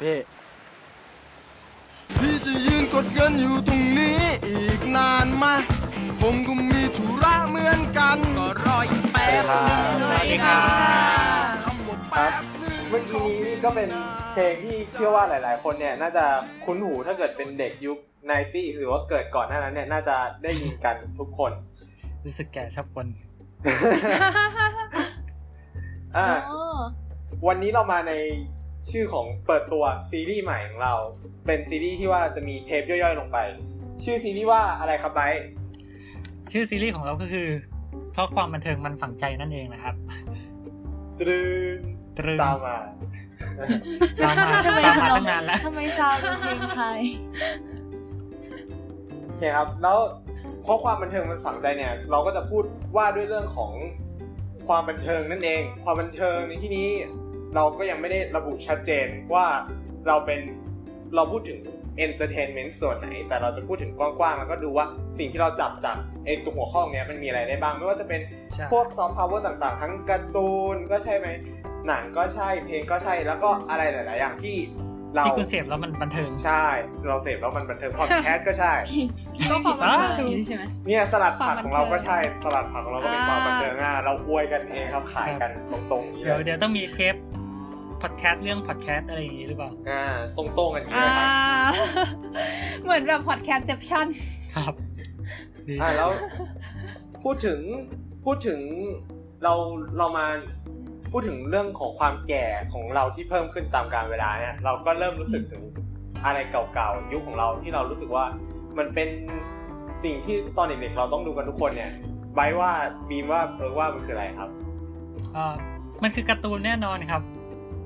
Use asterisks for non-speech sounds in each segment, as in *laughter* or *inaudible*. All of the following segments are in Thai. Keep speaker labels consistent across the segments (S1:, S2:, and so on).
S1: พี่พี่จะยืนกดเงินอยู่ตรงนี้อีกนานไหมผมก็มีธุระเหมือนกัน
S2: ก็รอยแป๊บหนึ่งหน่อยค่ะ
S1: คำว่าแป๊บหนึง
S3: เมื่อกี้นี้ก็เป็นเพลงที่เชื่อว่าหลาย ๆ คนเนี่ย น่าจะคุ้นหูถ้าเกิดเป็นเด็กยุคไนตี้หรือว่าเกิดก่อนหน้านั้นเนี่ย น่าจะได้ยินกันทุกคน
S4: รู้สึกแก่ชอบคน
S3: อ่า
S5: อ๋อ
S3: วันนี้เรามาในชื่อของเปิดตัวซีรีส์ใหม่ของเรา เป็นซีรีส์ที่ว่าจะมีเทปย่อย ๆ ลงไป ชื่อซีรีส์ว่าอะไรครับไบร์ท
S4: ชื่อซีรีส์ของเราก็คือเพราะความบันเทิงมันฝังใจนั่นเองนะครับ
S3: ตรึง
S4: ตรึง
S3: ซาวมา
S4: ตามมา
S5: ทำไม
S4: ตามมาตั้งนานแล้ว
S5: ทำไมซาวเป็นเพลงไทย
S3: โอเคครับ แล้วเพราะความบันเทิงมันฝังใจเนี่ย เราก็จะพูดว่าด้วยเรื่องของความบันเทิงนั่นเอง ความบันเทิงในที่นี้เราก็ยังไม่ได้ระบุชัดเจนว่าเราเป็นเราพูดถึง entertainment ส่วนไหน แต่เราจะพูดถึงกว้างๆ แล้วก็ดูว่าสิ่งที่เราจับจากไอตัวหัวข้อเนี้ยมันมีอะไรได้บ้าง ไม่ว่าจะเป็น
S4: ใช่
S3: พวกซอฟต์พาวเวอร์ต่างๆ ทั้งการ์ตูนก็ใช่ไหม หนังก็ใช่ เพลงก็ใช่ แล้วก็อะไรหลาย ๆ อย่างที่เรา
S4: ที่คุณเสพแล้วมันบันเทิง
S3: ใช่ เราเสพแล้วมันบันเทิงพอดแคสก็ใช่
S6: ก็ความบันเทิงอย่างนี้ใช่ไหม
S3: เนี่ยสลัดผัก
S6: ความบัน
S3: ของเราก็
S6: เทิง
S3: ใช่สลัดผักของเราก็เป็นความบันเทิงอ่ะเราอวยกันเองครับขายกันตรงๆนี้เล
S4: เดี๋ยวย เดี๋ยวต้องมีเทปพอดแคสต์เรื่องพอดแคสต์อะไรอย่างนี้หรือเปล่า
S3: อ่าตรงๆกันนี้
S6: อ่า
S3: เลยครับ
S6: เหมือนแบบพอดแคสต์เซปชั่น
S4: ครับ ดี
S3: อ่าแล้วพูดถึงพูดถึงเราเรามาพูดถึงเรื่องของความแก่ของเราที่เพิ่มขึ้นตามการเวลาเนี่ยเราก็เริ่มรู้สึกถึงอะไรเก่าๆยุคของเราที่เรารู้สึกว่ามันเป็นสิ่งที่ตอนเด็กๆเราต้องดูกันทุกคนเนี่ยไบร์ทว่าบีมว่าเออว่ามันคืออะไรครับ
S4: อ่ามันคือการ์ตูนแน่นอนครับ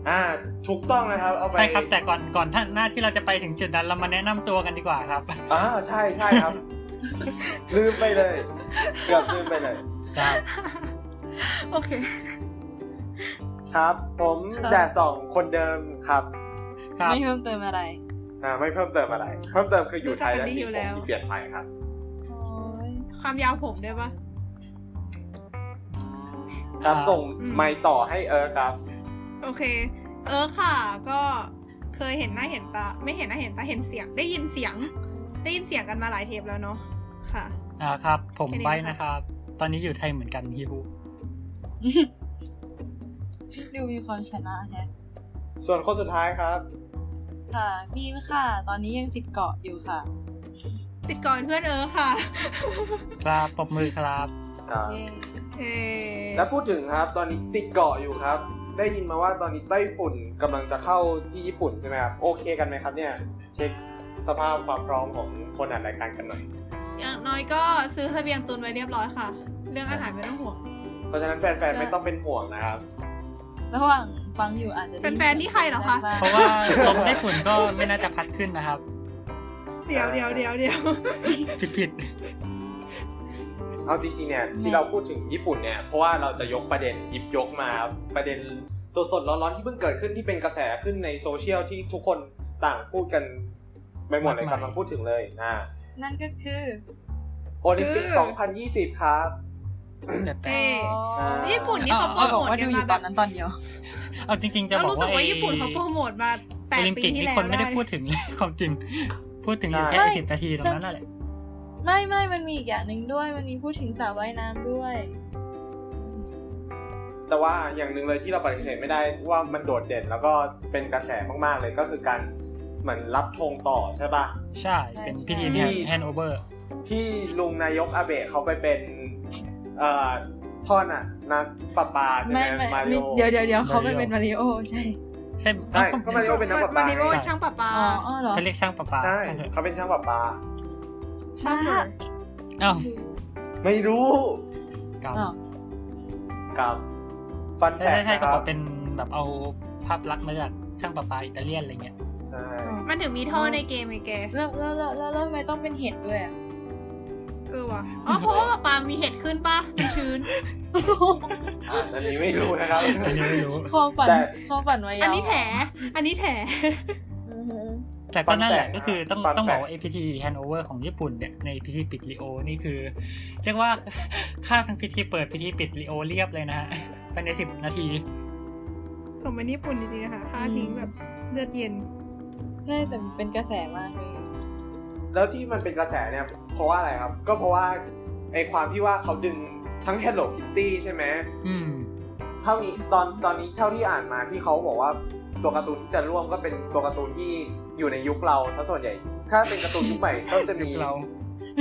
S3: อ่าถูกต้องนะครับเอาไป
S4: ใช่ครับ แต่ก่อนก่อนท่านหน้าที่เราจะไปถึงจุดนั้นเรามาแนะนำตัวกันดีกว่าครับ
S3: อ่าใช่ใช่ค
S6: *laughs*
S3: รับ ลืมไปเลย เกือบลืมไปเลย
S4: ครับ
S6: โอเค
S3: ครับ ผม
S5: ครับ
S3: แดดสองคนเดิมครับ
S4: ครับ
S5: ไม่เพิ่มเติมอะไร
S3: อ่าไม่เพิ่มเติมอะไร เพิ่มเติมคืออยู่ไทยและ
S6: รู้
S3: สี
S6: จักกันดีอยู่
S3: ผม
S6: แล้ว
S3: ที่เปลี่ยนไปครับ
S5: โอ้ย
S6: ความยาวผมด้วยปะ
S3: ครับ
S4: อ่า
S3: ส่งไมค์ต่อให้เออครับ
S6: โอเค เออค่ะ ก็เคยเห็นหน้าเห็นตา ไม่เห็นหน้าเห็นตาเห็นเสียง ได้ยินเสียง ได้ยินเสียงกันมาหลายเทปแล้วเนาะ ค่ะ
S4: อ่าครับ ผม
S6: แค่นี้
S4: ไบ
S6: นะคะ
S4: นะครับ ตอนนี้อยู่ไทยเหมือนกันฮิว
S5: ดูมีความชนะแฮะ
S3: ส่วนคนสุดท้ายครับ
S5: ค่ะบีมค่ะ ตอนนี้ยังติดเกาะอยู่ค่ะ
S6: ติดก่อนเพื่อนเออค่ะ
S4: ครับปรบมือครับ
S3: อ่า
S5: เย้
S6: เอ
S3: แล้วพูดถึงครับ ตอนนี้ติดเกาะอยู่ครับ ได้ยินมาว่าตอนนี้ไต้ฝุ่นกำลังจะเข้าที่ญี่ปุ่นใช่ไหมครับ โอเคกันไหมครับเนี่ย เช็คสภาพความพร้อมของคนอ่านรายการกันหน่อย
S6: อย่างน้อยก็ซื้อเสบียงตุนไว้เรียบร้อยค่ะ เรื่องอาหารไม่ต้องห่วง
S3: เพราะฉะนั้นแฟนๆไม่ต้องเป็นห่วงนะครับ
S5: ระหว่างฟังอยู่อาจจะได้ยิ
S6: แฟนๆนี่ใครเหรอคะ
S4: เพ
S3: *laughs*
S4: ราะว่าลมไต้ฝุ่นก็ไม่น่าจะพัดขึ้นนะครับ
S6: เดี๋ยวเดี๋ยวเดี๋ยวเดี๋ยว
S4: ผิดผิด
S3: เอาจริงๆเนี่ยที่เราพูดถึงญี่ปุ่นเนี่ยเพราะว่าเราจะยกประเด็นหยิบยกมาครับประเด็นสดๆร้อนๆที่เพิ่งเกิดขึ้นที่เป็นกระแสขึ้นในโซเชียลที่ทุกคนต่างพูดกันไม่หมดเลยกำลังพูดถึงเลยอ่า
S5: นั่นก็คือ
S3: โอลิมปิก 2020 ครับ
S4: ๆแต่
S6: เอ
S4: แต่
S5: อ๋อ
S6: ญี่ปุ่นนี่เขาโปร
S5: บ
S6: โม
S5: อก
S6: ท
S5: ว่า
S6: กั
S5: ดู
S6: น
S5: อ
S6: มา
S5: ยู่ต
S6: แบ
S5: อน
S6: บ
S5: นั้นตอนเดียว
S4: เอาจริงๆจะ
S6: เรา
S4: บอก
S6: รู้สึ
S4: ว่าก
S6: ว่าญี่ปุ่นเขาโปรโมทมาแป
S4: โอ
S6: ด
S4: ลิม
S6: ปี
S4: ปิก
S6: ที่
S4: นี่
S6: แล้ว
S4: คนไม่ได้
S6: ได้
S4: พูดถึง *laughs* ความจริง พูดถึงอยู่
S3: ใช่
S4: แค่
S5: ไม่
S4: สิบนาทีตรงนั้นนั่นแหละ
S5: ไม่ไม่มันมีอีกอย่างหนึ่งด้วย มันมีพูดถึงสระว่ายน้ำด้วย
S3: แต่ว่าอย่างหนึ่งเลยที่เราปฏิเสธไม่ได้ว่ามันโดดเด่นแล้วก็เป็นกระแสมากๆเลยก็คือการเหมือนรับธงต่อใช่ปะ
S4: ใช่
S5: ใช่
S4: เป็น
S5: ใช่
S4: พิธี
S3: ที่
S4: แฮนด์โอเวอร์
S3: ที่ลุงนายกอาเบะเขาไปเป็นเอ่อท่อนอ่ะนักประปาใช่ไหม
S5: ไม่ไม่
S3: มาริ
S5: มี
S3: โอ
S5: เดี๋ยวเดี๋ยวเดี๋ยวเขาไม่
S4: มาริโอ
S5: เป็นมาริโอใช่
S4: ใช่
S3: ใช่ก็มาริโอเป็นนักประปา
S6: มาริโอช่างประปา
S5: อ๋ออ๋อเหรอ
S4: เขาเรียกช่างประปา
S3: ใช่
S4: ช่างเถอะ
S3: เขาเป็นช่างประปา
S6: ช่างเถอะ
S4: เอ้า
S3: ไม่รู้
S4: กลับ
S5: อ๋อ
S3: กับฟันแฟ
S4: ใช่
S3: ก
S4: ใช่ใช่
S3: นะ
S4: ก็
S3: ครับ
S4: บอกเป็นแบบเอาภาพลักษณ์มาจากช่างประปาอิตาเลียนอะไรเงี้ย
S3: ใช่
S6: มันถึงมีท่อในเกมไงแก
S5: แล้วแล้วแล้วแล้วแล้วทำไมต้องเป็นเห็ดด้วยอะ
S6: เออว่ะอ๋อเพราะว่าประปามีเห็ดขึ้นปะมันชื้น
S3: อ่ะอันนี้ไม่รู้นะครับ
S4: อันนี้ไม่รู้
S5: ความฝัน
S3: แต่
S5: ความฝันไว้ยาว
S6: อันนี้แถ อันนี้แถ
S5: อือฮึ
S4: แต่ก็นั่นแหละ
S3: Fun fact
S4: ก็คือต้อง
S3: Fun
S4: ต้องบอก
S3: fact
S4: ว่า APT Handover ของญี่ปุ่นเนี่ยในพิธีปิดลีโอนี่คือ เรียกว่า *laughs* ค่าทั้งพิธีเปิดพิธีปิดลีโอเรียบเลยนะฮะภายในสิบนาที
S6: ของมันญี่ปุ่นจริงๆนะค่ะค่าทิ้งแบบเลือดเย็น
S5: ใช่แต่มันเป็นกระแสมากเลย
S3: แล้วที่มันเป็นกระแสเนี่ย เพราะว่าอะไรครับ ก็เพราะว่าไอความที่ว่าเขาดึงทั้ง Hello Kitty ใช่ไหม
S4: อืม
S3: เท่านี้ตอนตอนนี้เท่าที่อ่านมาที่เขาบอกว่าตัวการ์ตูนที่จะร่วมก็เป็นตัวการ์ตูนที่อยู่ในยุคเราซะส่วนใหญ่ ถ้าเป็นการ์ตูนยุคใหม่ก็จะมี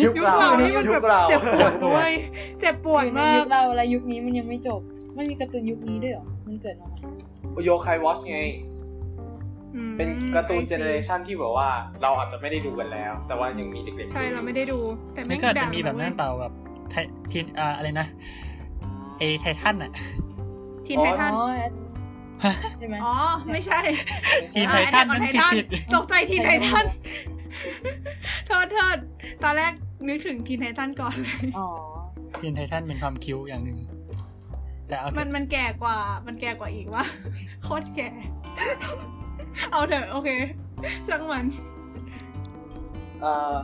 S4: ยุค
S3: ยุค
S4: เรา
S6: ยุค
S3: เรา
S6: เรานี่มัน
S3: ยุ
S6: แบ
S3: ค
S6: บ
S3: เรา
S6: เจ็บปวดด้วยเจ็บปวด
S5: อยู่ใน
S6: มาก
S5: ยุคเราและยุคนี้มันยังไม่จบ มันมีการ์ตูนยุคนี้ด้วยเหรอ มันเกิดมาไหม
S3: โยคายวอชไง
S6: อืม
S3: เป็นการ์ตูน
S6: ไอ้
S3: เจเนเรชันที่แบบว่าเราอาจจะไม่ได้ดูกันแล้ว แต่ว่ายังมีเด็กๆ
S6: ใช่เราไม่ได้ดู แต่
S4: ไม่
S6: แม่ง
S4: ก็อาจ
S6: ดั
S4: จะ
S6: ง
S4: มีแบบนั้นเปล่าแบบไททินอ่าอะไรนะเอไททันอะ
S6: ทีนไททัน
S5: อ๋อใช่ไหม
S6: อ๋อ ไม่ใช่
S4: ทีน
S6: อ่า
S4: ไททัน
S6: แอ
S4: นั่น
S6: ด
S4: ผิด
S6: ออ
S4: ผิด
S6: ตกใจทีนไททัน *laughs* โทษโทษตอนแรกนึกถึงทีนไททันก่อนเลย
S5: อ๋อ
S4: ทีนไททันเป็นความคิ้วอย่างหนึ่งแต่เอาเถ
S6: มัน
S4: อะ
S6: มันแก่กว่า มันแก่กว่าอีกว่า *laughs* โคตรแก่ *laughs* เอาเถอะโอเคช่างมัน
S3: เอ่อ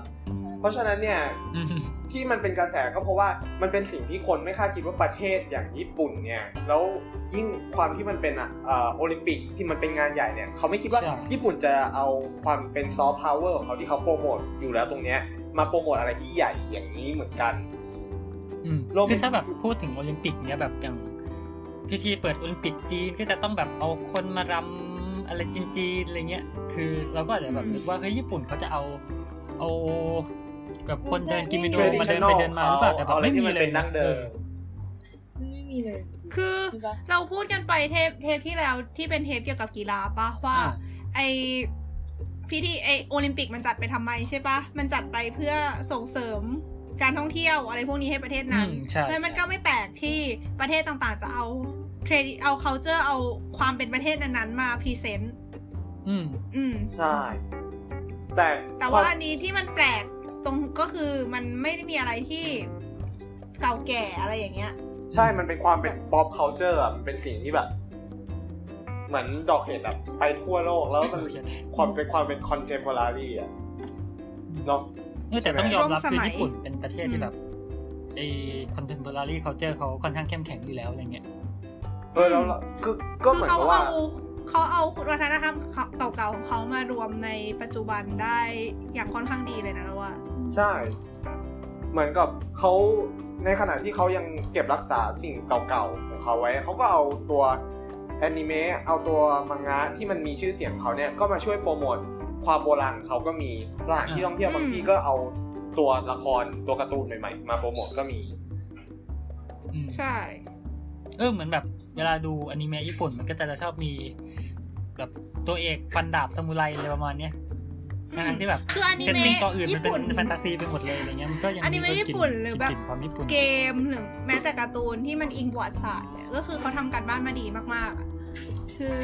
S3: เพราะฉะนั้นเนี่ย
S4: อืม
S3: ที่มันเป็นกระแสก็เพราะว่ามันเป็นสิ่งที่คนไม่คาดคิดว่าประเทศอย่างญี่ปุ่นเนี่ยแล้วยิ่งความที่มันเป็นอ่ะเอ่อโอลิมปิกที่มันเป็นงานใหญ่เนี่ยเขาไม่คิดว่าญี่ปุ่นจะเอาความเป็นซอฟต์พาวเวอร์ของเขาที่เขาโปรโมทอยู่แล้วตรงเนี้ยมาโปรโมทอะไรที่ใหญ่อย่างนี้เหมือนกัน
S4: อืม
S3: โลก
S4: คือถ้าแบบพูดถึงโอลิมปิกเนี้ยแบบอย่างพิธีเปิดโอลิมปิกจีนก็จะต้องแบบเอาคนมารำอะไรจีนๆอะไรเงี้ย คือเราก็อาจจะแบบ
S6: อืม
S4: นึกว่าเฮ้ยญี่ปุ่นเขาจะเอาเอาแบบคนเดินกินเมนู
S5: Traditional
S4: มาเดินไปเดินมาหรือเปล่าแต่แบบ
S3: เอาอะไร
S4: ไม่
S3: ที่
S4: มี
S3: มัน
S4: เล
S3: เป็
S4: ย
S3: นนั่งเดิน
S4: ออ
S5: ซึ่งไม่มีเลย
S6: คือ
S5: ใช่ปะ
S6: เราพูดกันไปเทปเทปที่แล้วที่เป็นเทปเกี่ยวกับกีฬาปะว่า
S4: อ่า
S6: ไอพิธีไอโอลิมปิกมันจัดไปทำไมใช่ปะมันจัดไปเพื่อส่งเสริมการท่องเที่ยวอะไรพวกนี้ให้ประเทศ
S4: อื
S6: นั้น
S4: มใช่
S6: เพราะฉะนั้นมันก็ไม่แปลกที่ประเทศต่างๆ จะเอาเทรดเอา culture เอาความเป็นประเทศนั้นๆมาพรีเซนต์
S4: อืม
S6: อืม
S3: ใช่ แต่
S6: แต่ว่าอันนี้ที่มันแปลกตรงก็คือมันไม่ได้มีอะไรที่เก่าแก่อะไรอย่างเงี้ย
S3: ใช่ มันเป็นความเป็น pop culture อ่ะมันเป็นสิ่งที่แบบ เหมือนดอกเห็ดแบบไปทั่วโลกแล้วมันความเป็นความเป็น contemporary อ่ะเนาะ
S4: เออแต่ต้องยอมรับ
S6: ร่วมส
S4: คือ
S6: มัย
S4: ญี่ปุ่นเป็นประเทศที่แบบไอ้คอนเทมพอรารีเคาเจอร์เขาค่อนข้างเข้มแข็งอยู่แล้วอะไรเงี้ย
S3: เออแล้วเราคือก็
S6: คื
S3: เห
S6: อ
S3: มือน
S6: เขา
S3: กับว่า
S6: เอาเขาเอาวัฒนธรรมเก่าๆของเขามารวมในปัจจุบันได้อย่างค่อนข้างดีเลยนะแล้วว่า
S3: ใช่ เหมือนกับเขาในขณะที่เขายังเก็บรักษาสิ่งเก่าๆของเขาไว้ เขาก็เอาตัวแอนิเมะเอาตัวมังงะที่มันมีชื่อเสียงของเขาเนี่ยก็มาช่วยโปรโมทความโบราณของเขาก็มีสถานที่ท่องเที่ยว
S6: อืม
S3: บางที่ก็เอาตัวละครตัวการ์ตูนใหม่ๆ มาโปรโมทก็มี
S4: อืม
S6: ใช่
S4: เออเหมือนแบบเวลาดูอนิเมะญี่ปุ่นมันก็จะชอบมี แบบตัวเอกฟันดาบซามูไรอะไรประมาณเนี้ย
S6: อืม
S4: ทั้งๆที่แบบ
S6: คืออนิ
S4: เซตติ้ง
S6: เมะ
S4: ตัวอื่นมัน
S6: ญี่
S4: เป็
S6: ปุ่น
S4: นแฟนตาซีไปหมดเลยอะไรเงี้ยมันก็ยัง
S6: อนิเมะ
S4: มี
S6: ญี่ปุ่นหรือแบบ
S4: กลิ่นความญี่ปุ่น
S6: เกมหรือแม้แต่การ์ตูนที่มันอิงประวัติศาสตร์เนี่ยก็คือเขาทำการบ้านมาดีมากๆอะคือ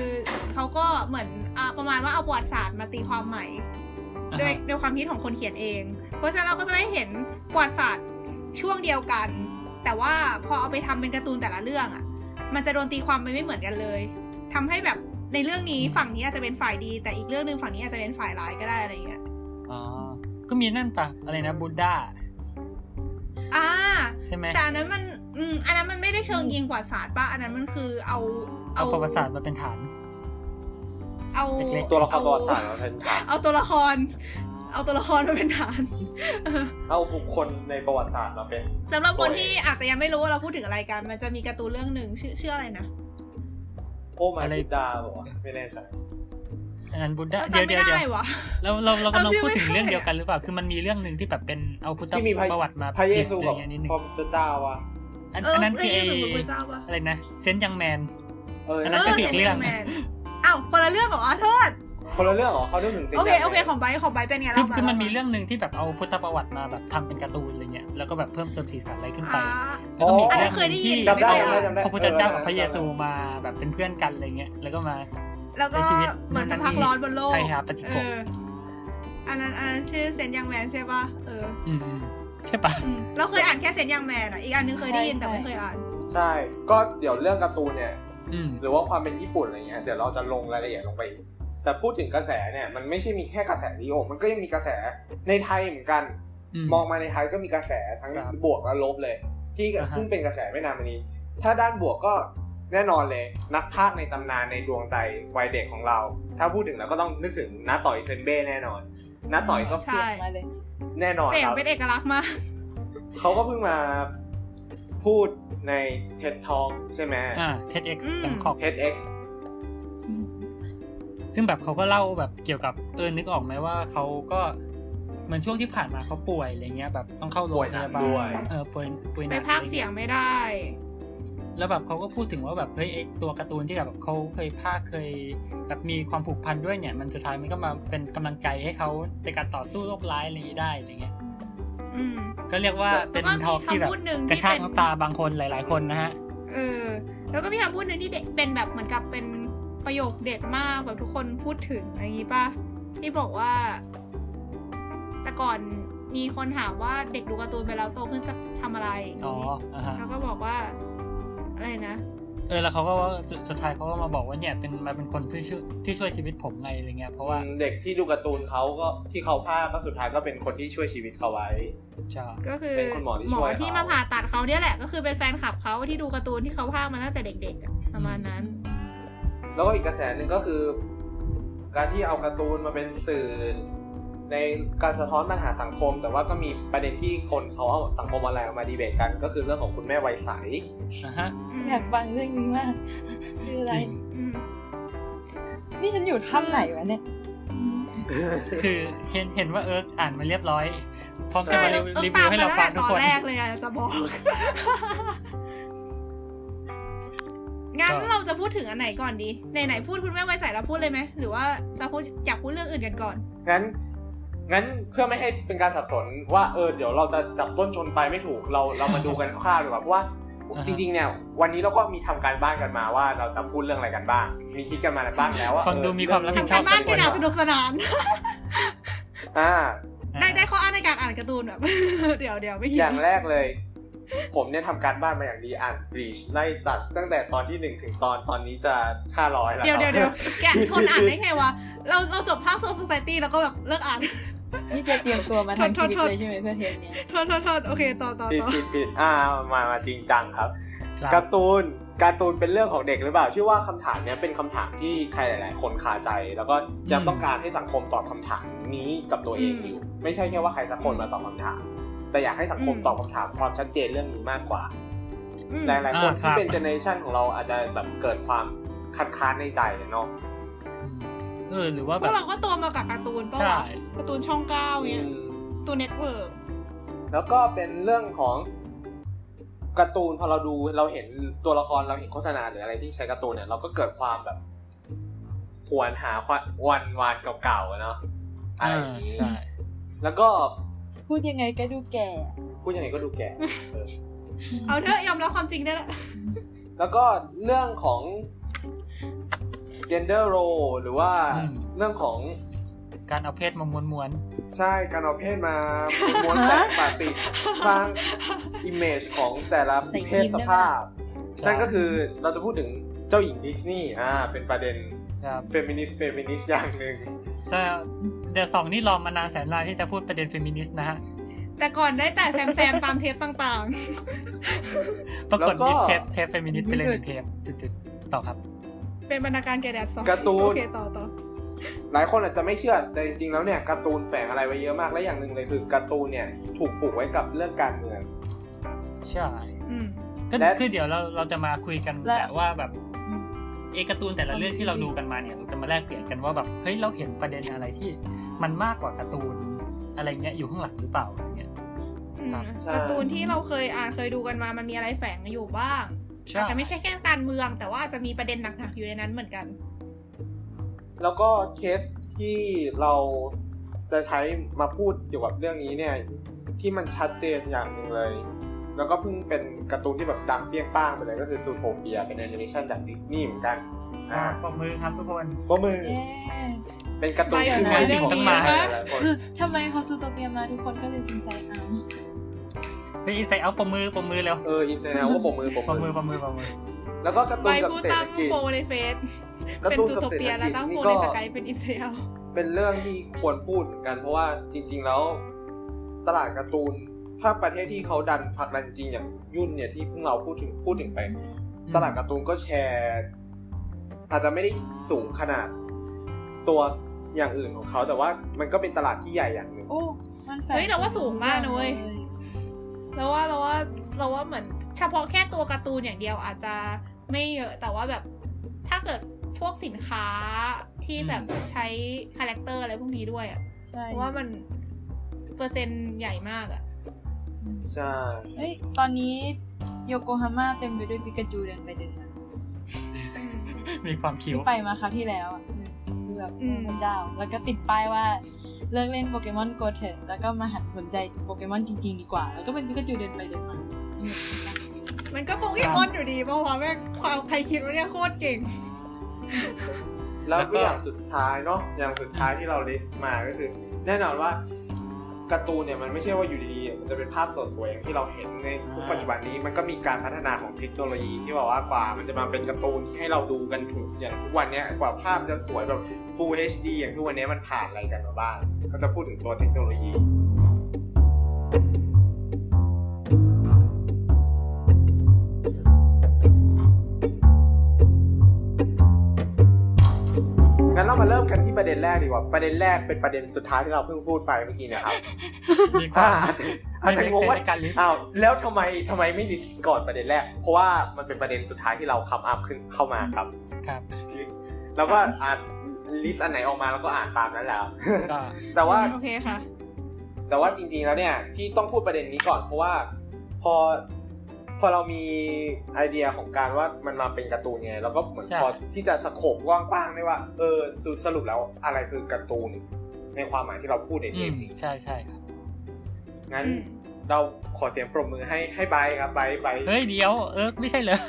S6: เขาก็เหมือนอะประมาณว่าเอาประวัติศาสตร์มาตีความใหม่
S4: อ่า
S6: ด้วย
S4: ฮะ
S6: ด้วยความคิดของคนเขียนเอง เพราะฉะนั้นเราก็จะได้เห็นประวัติศาสตร์ช่วงเดียวกัน แต่ว่าพอเอาไปทำเป็นการ์ตูนแต่ละเรื่องอ่ะ มันจะโดนตีความไปไม่เหมือนกันเลยทำให้แบบในเรื่องนี้ฝั่งนี้อาจจะเป็นฝ่ายดี แต่อีกเรื่องหนึ่งฝั่งนี้อาจจะเป็นฝ่ายร้ายก็ได้อะไรอย่างเงี้ย
S4: อ๋อก็มีนั่นปะอะไรนะบุดดา
S6: อ่า
S4: ใช่ไหม
S6: แต่อันนั้นมันอืมอันนั้นมันไม่ได้เชิงยิงประวัติศาสตร์ป่ะ อันนั้นมันคือเอา
S4: เอาประวัติศาสตร์มาเป็นฐาน
S6: เอา
S4: เล็กๆ
S3: ตัวละครประวัติศาสตร์เราเทนกา
S6: เอาตัวละคร เอาตัวละครมาเป็นฐาน
S3: เอาบุคคลในประวัติศาสตร์มาเป็น
S6: สำหรับคน
S3: โอ้ย
S6: ที่อาจจะยังไม่รู้ว่าเราพูดถึงอะไรกัน มันจะมีการ์ตูนเรื่องหนึ่งชื่อชื่ออะไรนะ
S3: โอ้มา
S4: อะไร
S3: ดาบอกว่าไม่แน่ใจ
S4: อันนั้นบุดดา
S6: เรา
S4: เดี๋ยวเดี๋ยว
S6: จำไม่ได้
S4: เดี๋ยว
S6: วะ
S4: เราเราเรากำลัง
S6: เอาชื่อ
S4: พูดถึง
S6: ไม่ได้
S4: เรื่องเดียวกันหรือเปล่าคือมันมีเรื่องหนึ่งที่แบบเป็นเอาพุทธ
S3: ที่มีพระ
S4: ประวัติมา
S3: พระเยซู
S4: อะไร
S3: กับ
S4: เงี้ยนิดนึง
S3: พระเจ้าวะ
S4: อัน
S6: เออ
S4: อันนั้นคือ
S6: เรื่
S4: ไอ้
S6: องสุดพระเจ้าปะ
S4: อะไรนะเซนยังแมน
S3: เออ
S4: อันนั้
S6: เอน อ
S4: ก็อี
S6: เซ
S4: ก
S6: น
S4: เรื่อง
S6: แมนอ้าวคนละเรื่องเหรออ๋อโทษ
S3: คนละเรื่องเหรอเขาเรื่องถึงสิ่ง
S6: โอเค
S3: ดียว
S6: โอเค
S3: ลย
S6: ของไบร์ทของไบร์ทเป็นไง
S4: คือ
S6: เล่าา
S4: คือมันมี
S6: ล่าา
S4: เรื่องหนึ่งที่แบบเอาพุทธประวัติมาแบบทำเป็นการ์ตูนอะไรเงี้ยแล้วก็แบบเพิ่มเติมสีสันอะไรขึ้นไป
S6: อ่า
S4: แล้วก็มี
S6: อันนั้
S4: เรื่
S6: นเคยได้ยิน
S4: ที่
S6: แต่ไม่เคยอ่าน
S4: พระพุทธเจ้ากับพระเยซูมาแบบเป็นเพื่อนกันอะไรเงี้ยแล้วก็มา
S6: แล้วก็
S4: ในชีวิต
S6: เหมือนมันพักร้อนบนโลก
S4: ใช่ครับปฏิภพ
S6: เอออันนั้นอันนั้นชื่อเซนยังแมนใช่ปะเออ
S4: อืมอืมใช่ปะ
S6: อืมเราเคยอ่านแค่เซนยังแมนอ่ะอีกอันนึงเคยได้ยินแต่ไม่เคยอ่าน
S3: ใช่ ก็เดี๋ยวเรื่องการ์ตูนเนี่ย
S4: อืม
S3: หรือว่าความเป็นญี่ปุ่นอะไรเงี้ย เดี๋ยวเราจะลงรายละเอียดลงไปอีกแต่พูดถึงกระแสเนี่ย มันไม่ใช่มีแค่กระแสนิยมมันก็ยังมีกระแสในไทยเหมือนกัน
S4: อืม
S3: มองมาในไทยก็มีกระแสทั้ง
S4: ครับ
S3: บวกและลบเลย ที่
S4: อ่าฮะ
S3: เพิ่งเป็นกระแสไม่นานมานี้ ถ้าด้านบวกก็ แน่นอนเลย นักพากย์ในตำนานในดวงใจวัยเด็กของเรา ถ้าพูดถึงเราก็ต้องนึกถึงน้าต่อยเซนเบ้แน่นอนน้าต่อยก็
S6: ใช่
S5: มาเลย
S3: แน่นอน
S6: เสี
S3: ค
S6: ยง
S3: รับ
S6: เป็นเอกลักษณ์มาก
S3: เขาก็เพิ่งมาพูดใน TED Talk ใช่ไหม
S4: อ่าเท็ดเอ็กซ์
S6: อืม
S4: แบงคอก
S3: TEDx
S4: ซึ่งแบบเขาก็เล่าแบบเกี่ยวกับเออนึกออกไหมว่าเขาก็เหมือนช่วงที่ผ่านมาเขาป่วยอะไรเงี้ยแบบต้องเข้าโรงพยา
S3: ป่วยห
S4: บา
S3: นักด้ว
S4: ล
S3: ย
S4: เออป่วยป่วยห
S6: ไป
S4: นัก
S6: พากย์เสียงไม่ได้
S4: แล้วแบบเขาก็พูดถึงว่าแบบเฮ้ยไอ้ตัวการ์ตูนที่แบบเขาเคยภาคเคย แบบมีความผูกพันด้วยเนี่ย มันสุดท้ายมันก็มาเป็นกำลังใจให้เขาในการต่อสู้โรคร้ายอะไรนี้ได้อะไรเงี้ย
S6: อืม
S4: ก็เรียกว่าเป็น
S6: แล้วก็มี
S4: ทอล์กที่แบบ
S6: คำพูดหนึ่งที่
S4: กระชาก
S6: เป็น
S4: น้ำตาบางคนหลาย ๆคนนะฮะ
S6: เออ แล้วก็มีคำพูดหนึ่งที่เด็กเป็นแบบเหมือนกับเป็นประโยคเด็ดมากแบบทุกคนพูดถึงอะไรอย่างนี้ป่ะ ที่บอกว่า แต่ก่อนมีคนถามว่าเด็กดูการ์ตูนไปแล้วโตขึ้นจะทำอะไรอย่าง
S4: อ๋อ
S6: นี้
S4: อ่าฮะ
S6: แล้วก็บอกว่า อะไรนะ
S4: เออแล้วเขาก็ว่าสุดสุดท้ายเขาก็มาบอกว่าเนี่ยเป็นมาเป็นคนที่ช่วยที่ช่วยชีวิตผมไงอะไรเงี้ยเพราะว่า
S3: เด็กที่ดูการ์ตูนเขาก็ที่เขาพากย์ก็สุดท้ายก็เป็นคนที่ช่วยชีวิตเขาไว้
S4: จะ
S6: ก็คือ
S3: เป็นคุณหมอที่ช่วยเขา
S6: ที่มาผ่าตัดเขาเนี่ยแหละ ก็คือเป็นแฟนคลับเขาที่ดูการ์ตูนที่เขาพากย์มาตั้งแต่เด็กๆอะประมาณนั้น
S3: แล้วก็อีกกระแสหนึ่งก็คือ การที่เอาการ์ตูนมาเป็นสื่อ ในการสะท้อนปัญหาสังคม แต่ว่าก็มีประเด็นที่คนเขาเอาสังคมออนไลน์เอามาดีเบตกัน ก็คือเรื่องของคุณแม่วัยใส
S4: นะฮะ
S5: อยากฟังเรื่องนี้มาก *laughs* คืออะไร
S4: จริง
S6: อืม
S5: นี่ฉันอยู่ถ้ำไหนวะเนี่ย
S4: คือเห็นเห็นว่าเอิร์กอ่านมาเรียยบร้อยพร้อมจะ
S6: ใช่
S4: มา
S6: เราต้อง
S4: รีวิ
S6: ตาวม
S4: ให้
S6: มา
S4: เรา
S6: ตั้
S4: ฟั
S6: ง
S4: ง
S6: แต่
S4: ทุ
S6: ต
S4: ก
S6: อน
S4: คน
S6: แรกเลยอะจะบอก งั้น
S4: ก็
S6: เราจะพูดถึงอันไหนก่อนดีไหนไหนๆพูดคุณแม่ไวยใส่เราพูดเลยไหม หรือว่าจะพูดอยากพูดเรื่องอื่นกันก่อน
S3: งั้น งั้นเพื่อไม่ให้เป็นการสับสนว่าเออเดี๋ยวเราจะจับต้นชนไปลายไม่ถูกเราเรามาดูกันคร่าวๆดีกว่าเพราะว่า
S4: อ่าฮะ
S3: จริงๆเนี่ยวันนี้เราก็มีทำการบ้านกันมาว่าเราจะพูดเรื่องอะไรกันบ้าง มีคิดกันมาบ้างแล้วว่า
S4: ฟังดูมีความรับผิดชอก
S6: ทำา
S4: บ
S6: รบ้าน
S4: กั
S6: กัน
S4: น
S6: อย่างสนุกสนาน
S3: อ่า
S6: ได้ได้ข้ออ้างในการอ่านการ์ตูนแบบ *laughs* เดี๋ยวเดี๋ยวไม่เกี่
S3: อ
S6: ยว
S3: ย่างแรกเลย ผมเนี่ยทำการบ้านมาอย่างดีอ่านบ c ีชไล่ตัดตั้งแต่ตอนที่หนึ่งถึงตอนตอนนี้จะห้าร้อยแล้ว
S6: เดี๋ยว
S3: ค
S6: เดี๋
S3: รับ
S6: ยวเดี๋ยวแกทนอ่านได้ไงวะ เราเราจบภาคโซซ i ตี้แล้วก็แบบเลิกอ่าน *laughs*
S5: นี่จะเตรียมตัวมาทั้งชีวิต
S6: โทษ
S5: เลยใช่ไหมเพื่อเทปเนี้ย
S6: โทษโทษโทษโอเคต่อต่อ
S3: ปิด
S6: ต่อ
S3: ปิดปิดอ่ามามาจริงจังครับ
S4: ครับ
S3: การ์ตูนการ์ตูนเป็นเรื่องของเด็กหรือเปล่าเชื่อว่าคำถามเนี้ยเป็นคำถามที่ใครหลาย ๆ คนคาใจ แล้วก็ยัง
S4: อืม
S3: ต้องการให้สังคมตอบคำถามนี้กับตัวเองอยู่ ไม่ใช่แค่ว่าใครสักคนมาตอบคำถาม แต่อยากให้สังคมตอบคำถามความชัดเจนเรื่องนี้มากกว่า
S6: อืม
S3: หลาย ๆ คน
S4: อ่าครั
S3: ที่
S4: บ
S3: เป็นเจเนอเรชันของเราอาจจะแบบเกิดความคัดค้านในใจเนาะ
S4: อืมเออหรือว่า
S6: พ
S4: แบ
S6: ว
S4: บ
S6: กเราก็โตมากับการ์ตูนปะ
S4: ใช่
S6: วะการ์ตูนช่องเก้าเนี่ยการ์ตูนเน็ตเวิร์ก
S3: แล้วก็เป็นเรื่องของการ์ตูนพอเราดูเราเห็นตัวละครเราเห็นโฆษณาหรืออะไรที่ใช้การ์ตูนเนี่ยเราก็เกิดความแบบหวนหาความวันวานเก่าๆอะเนาะอะไรอย่างนี้
S4: อ่าใช่
S3: แล้วก็
S5: พูดยังไงก็ดูแก่
S3: พูดยังไงก็ดูแก่
S6: เอาเถอะยอมรับความจริงได้ละ
S3: แล้วก็เรื่องของ gender role หรือว่า
S4: อืม
S3: เรื่องของ
S4: การเอาเพศมามวนๆ
S3: ใช่การเอาเพศ
S4: *laughs*
S3: มาม้วนแต่งปาติดสร้าง image ของแต่ละ
S5: ใส่
S3: เพ
S5: ครี
S3: ศส
S5: มด้วยนะ
S3: ภาพ นั่นก็คือเราจะพูดถึงเจ้าหญิงดิสนีย์อ่าเป็นประเด็น
S4: ครับ
S3: เฟมินิสต์เฟมินิสต์อย่างหนึ่ง
S4: แต่เดี๋ยวสองนี่รอมานานแสนนานที่จะพูดประเด็นเฟมินิสต์นะฮะ
S6: แต่ก่อนได้แต่แซมแซมๆตามเทปต่าง
S4: ปรากฏมีเทปเทปเฟมินิสต์ไปเลยหนึ่งเทปจุดๆต่อครับ
S6: ๆ เป็นบรรณาการแกแดดสอง
S3: การ์ตู
S6: โอน เคต่อต่อ
S3: หลายคนอาจจะไม่เชื่อแต่จริงๆแล้วเนี่ยการ์ตูนแฝงอะไรไว้เยอะมากและอย่างหนึ่งเลยคือการ์ตูนเนี่ยถูกผูกไว้กับเรื่องการเมือง
S4: ใช่
S6: อืม
S4: ก็
S3: และ
S4: คือเดี๋ยวเราเราจะมาคุยกัน
S5: และ
S4: แต่ว่าแบบเอกการ์ตูนแต่ละเรื่องที่เราดูกันมาเนี่ยเราจะมาแลกเปลี่ยนกันว่าแบบเฮ้ยเราเห็นประเด็นอะไรที่มันมากกว่าการ์ตูนอะไรเงี้ยอยู่ข้างหลังหรือเปล่าอะไรเงี้ย
S6: อืม
S4: ครับ
S3: ใช่
S6: การ์ตูนที่เราเคยอ่านเคยดูกันมา มันมีอะไรแฝงอยู่บ้าง
S4: ใช่
S6: อาจจะไม่ใช่แค่การเมือง แต่ว่าอาจจะมีประเด็นหนักๆอยู่ในนั้นเหมือนกัน
S3: แล้วก็เคสที่เราจะใช้มาพูดเกี่ยวกับเรื่องนี้เนี่ยที่มันชัดเจนอย่างหนึ่งเลย แล้วก็เพิ่งเป็นการ์ตูนที่แบบดังเปรี้ยงป้างไปเลยก็คือซูโทเปียเป็นแอนิเมชันจากดิสนีย์เหมือนกัน
S4: อ่า
S3: อ่า
S4: ปรบมือครับทุกคน
S3: ก็มือ
S5: เย้
S3: เป็นการ์ตูนที่
S4: ไป
S3: มา
S4: เดี๋
S3: ที่
S4: ยว
S3: ของ
S4: นะ
S3: หลายๆคน
S5: คือทำไมพอซูโตเปียมาทุกคนก็เลยเป็นไซอัม
S4: เฮ้ยใส่เอาปรบมือปรบมือแล้ว
S3: เอออินเซนว่าปมมือปม
S4: ปรบมื
S3: มื
S4: อ
S3: อ
S4: ปรบมือปรบมือ
S3: แล้วก็การ์ตู
S6: ไป
S3: นกับ
S6: พูด
S3: เศรษ
S6: ตั้
S3: ฐ
S6: ง
S3: กิจ
S6: โปในเฟซ
S3: การ์
S6: เป็น
S3: ตูน
S6: ซู
S3: กับ
S6: โท
S3: เศรษฐ
S6: เปียแล้
S3: กิจ
S6: วตั้งโป
S3: นี่
S6: ใน
S3: ก็
S6: สกายเป็นอิสราเอล
S3: เป็นเรื่องที่ควรพูดเหมือนกัน เพราะว่าจริง ๆ แล้วตลาดการ์ตูนถ้าประเทศที่เขาดันผลักดันจริงอย่างยุ่นเนี่ยที่เพิ่งเราพูดถึงพูดถึงไป ตลาดการ์ตูนก็แชร์ อาจจะไม่ได้สูงขนาดตัวอย่างอื่นของเขา แต่ว่ามันก็เป็นตลาดที่ใหญ่อย่างหนึ่ง
S5: โอ้มันแฝง
S6: เฮ้ยเราว่าสูงมากนะเว้ย เราว่าเราว่าเราว่าเหมือนเฉพาะแค่ตัวการ์ตูนอย่างเดียวอาจจะไม่เยอะแต่ว่าแบบถ้าเกิดพวกสินค้าที่แบบใช้คาแรคเตอร์อะไรพวกนี้ด้วยอะ
S5: ใช่
S6: เพราะว่ามันเปอร์เซ็นต์ใหญ่มากอะ
S3: ใช่
S5: เฮ้ยตอนนี้โยโกฮาม่าเต็มไปด้วยปิกาจูเดินไปเดินมา
S4: มีความคิ้ว
S5: ที่ไปมาคราวที่แล้วอ่ะคือแบบ
S6: อืม
S5: พระเจ้า แล้วก็ติดป้ายว่าเลิกเล่นโปเกมอนโกเถอะแล้วก็มาหันสนใจโปเกมอนจริงๆดีกว่า แล้วก็เป็นปิกาจูเดินไปเดินมา
S6: มันก็โปเกมอนอยู่ดีเพราะว่าแม่งความใครคิดว่าเนี่ยโคตรเก่ง
S3: แล้ว
S4: แล้วก็
S3: ก็อย่างสุดท้ายเนาะอย่างสุดท้ายที่เรา list มาก็คือ แน่นอนว่าการ์ตูนเนี่ยมันไม่ใช่ว่าอยู่ดีๆมันจะเป็นภาพสดสวยอย่างที่เราเห็นในทุกปัจจุบันนี้มันก็มีการพัฒนาของเทคโนโลยีที่แบบว่ากว่ามันจะมาเป็นการ์ตูนที่ให้เราดูกันถึงอย่างทุกวันเนี้ยกว่าภาพจะสวยแบบ Full HD อย่างทุกวันเนี้ยมันผ่านอะไรกันมาบ้างก็จะพูดถึงตัวเทคโนโลยี งั้นเรามาเริ่มกันที่ประเด็นแรกดีกว่า ประเด็นแรกเป็นประเด็นสุดท้ายที่เราเพิ่งพูดไปเมื่อกี้เนะครับ
S4: มีควา
S3: อ่าม อาจจะอาจจะงงว่า
S4: ไม่ make sense ในการ list
S3: อ้าวแล้วทำไมทำไมไม่ลิสต์ก่อนประเด็นแรก เพราะว่ามันเป็นประเด็นสุดท้ายที่เราคัมอัพขึ้นเข้ามาครับ
S4: ครับ
S3: แล้วก็อ่านลิสต์อันไหนออกมาแล้วก็อ่านตามนั้นแหละครับ *laughs*
S4: ก็
S3: แต่ว่า
S6: โอเคค่ะ
S3: แต่ว่าจริงๆ แล้วเนี่ยที่ต้องพูดประเด็นนี้ก่อน เพราะว่าพอพอเรามีไอเดียของการว่ามันมาเป็นการ์ตูนไงแล้วก็เหมือน
S4: ใช่
S3: พอที่จะสโคบกว้างๆได้ว่าเออสรุปสรุปแล้วอะไรคือการ์ตูน ในความหมายที่เราพูดในเท
S4: อื
S3: ป
S4: ม
S3: นี้
S4: ใช่ใช่ครับ
S3: งั้น
S6: อืม
S3: เราขอเสียงปรบมือให้ให้ไบร์ทครับไบร์ทไบร์ท
S4: เฮ้ยเดี๋ยวเออไม่ใช่เหรอ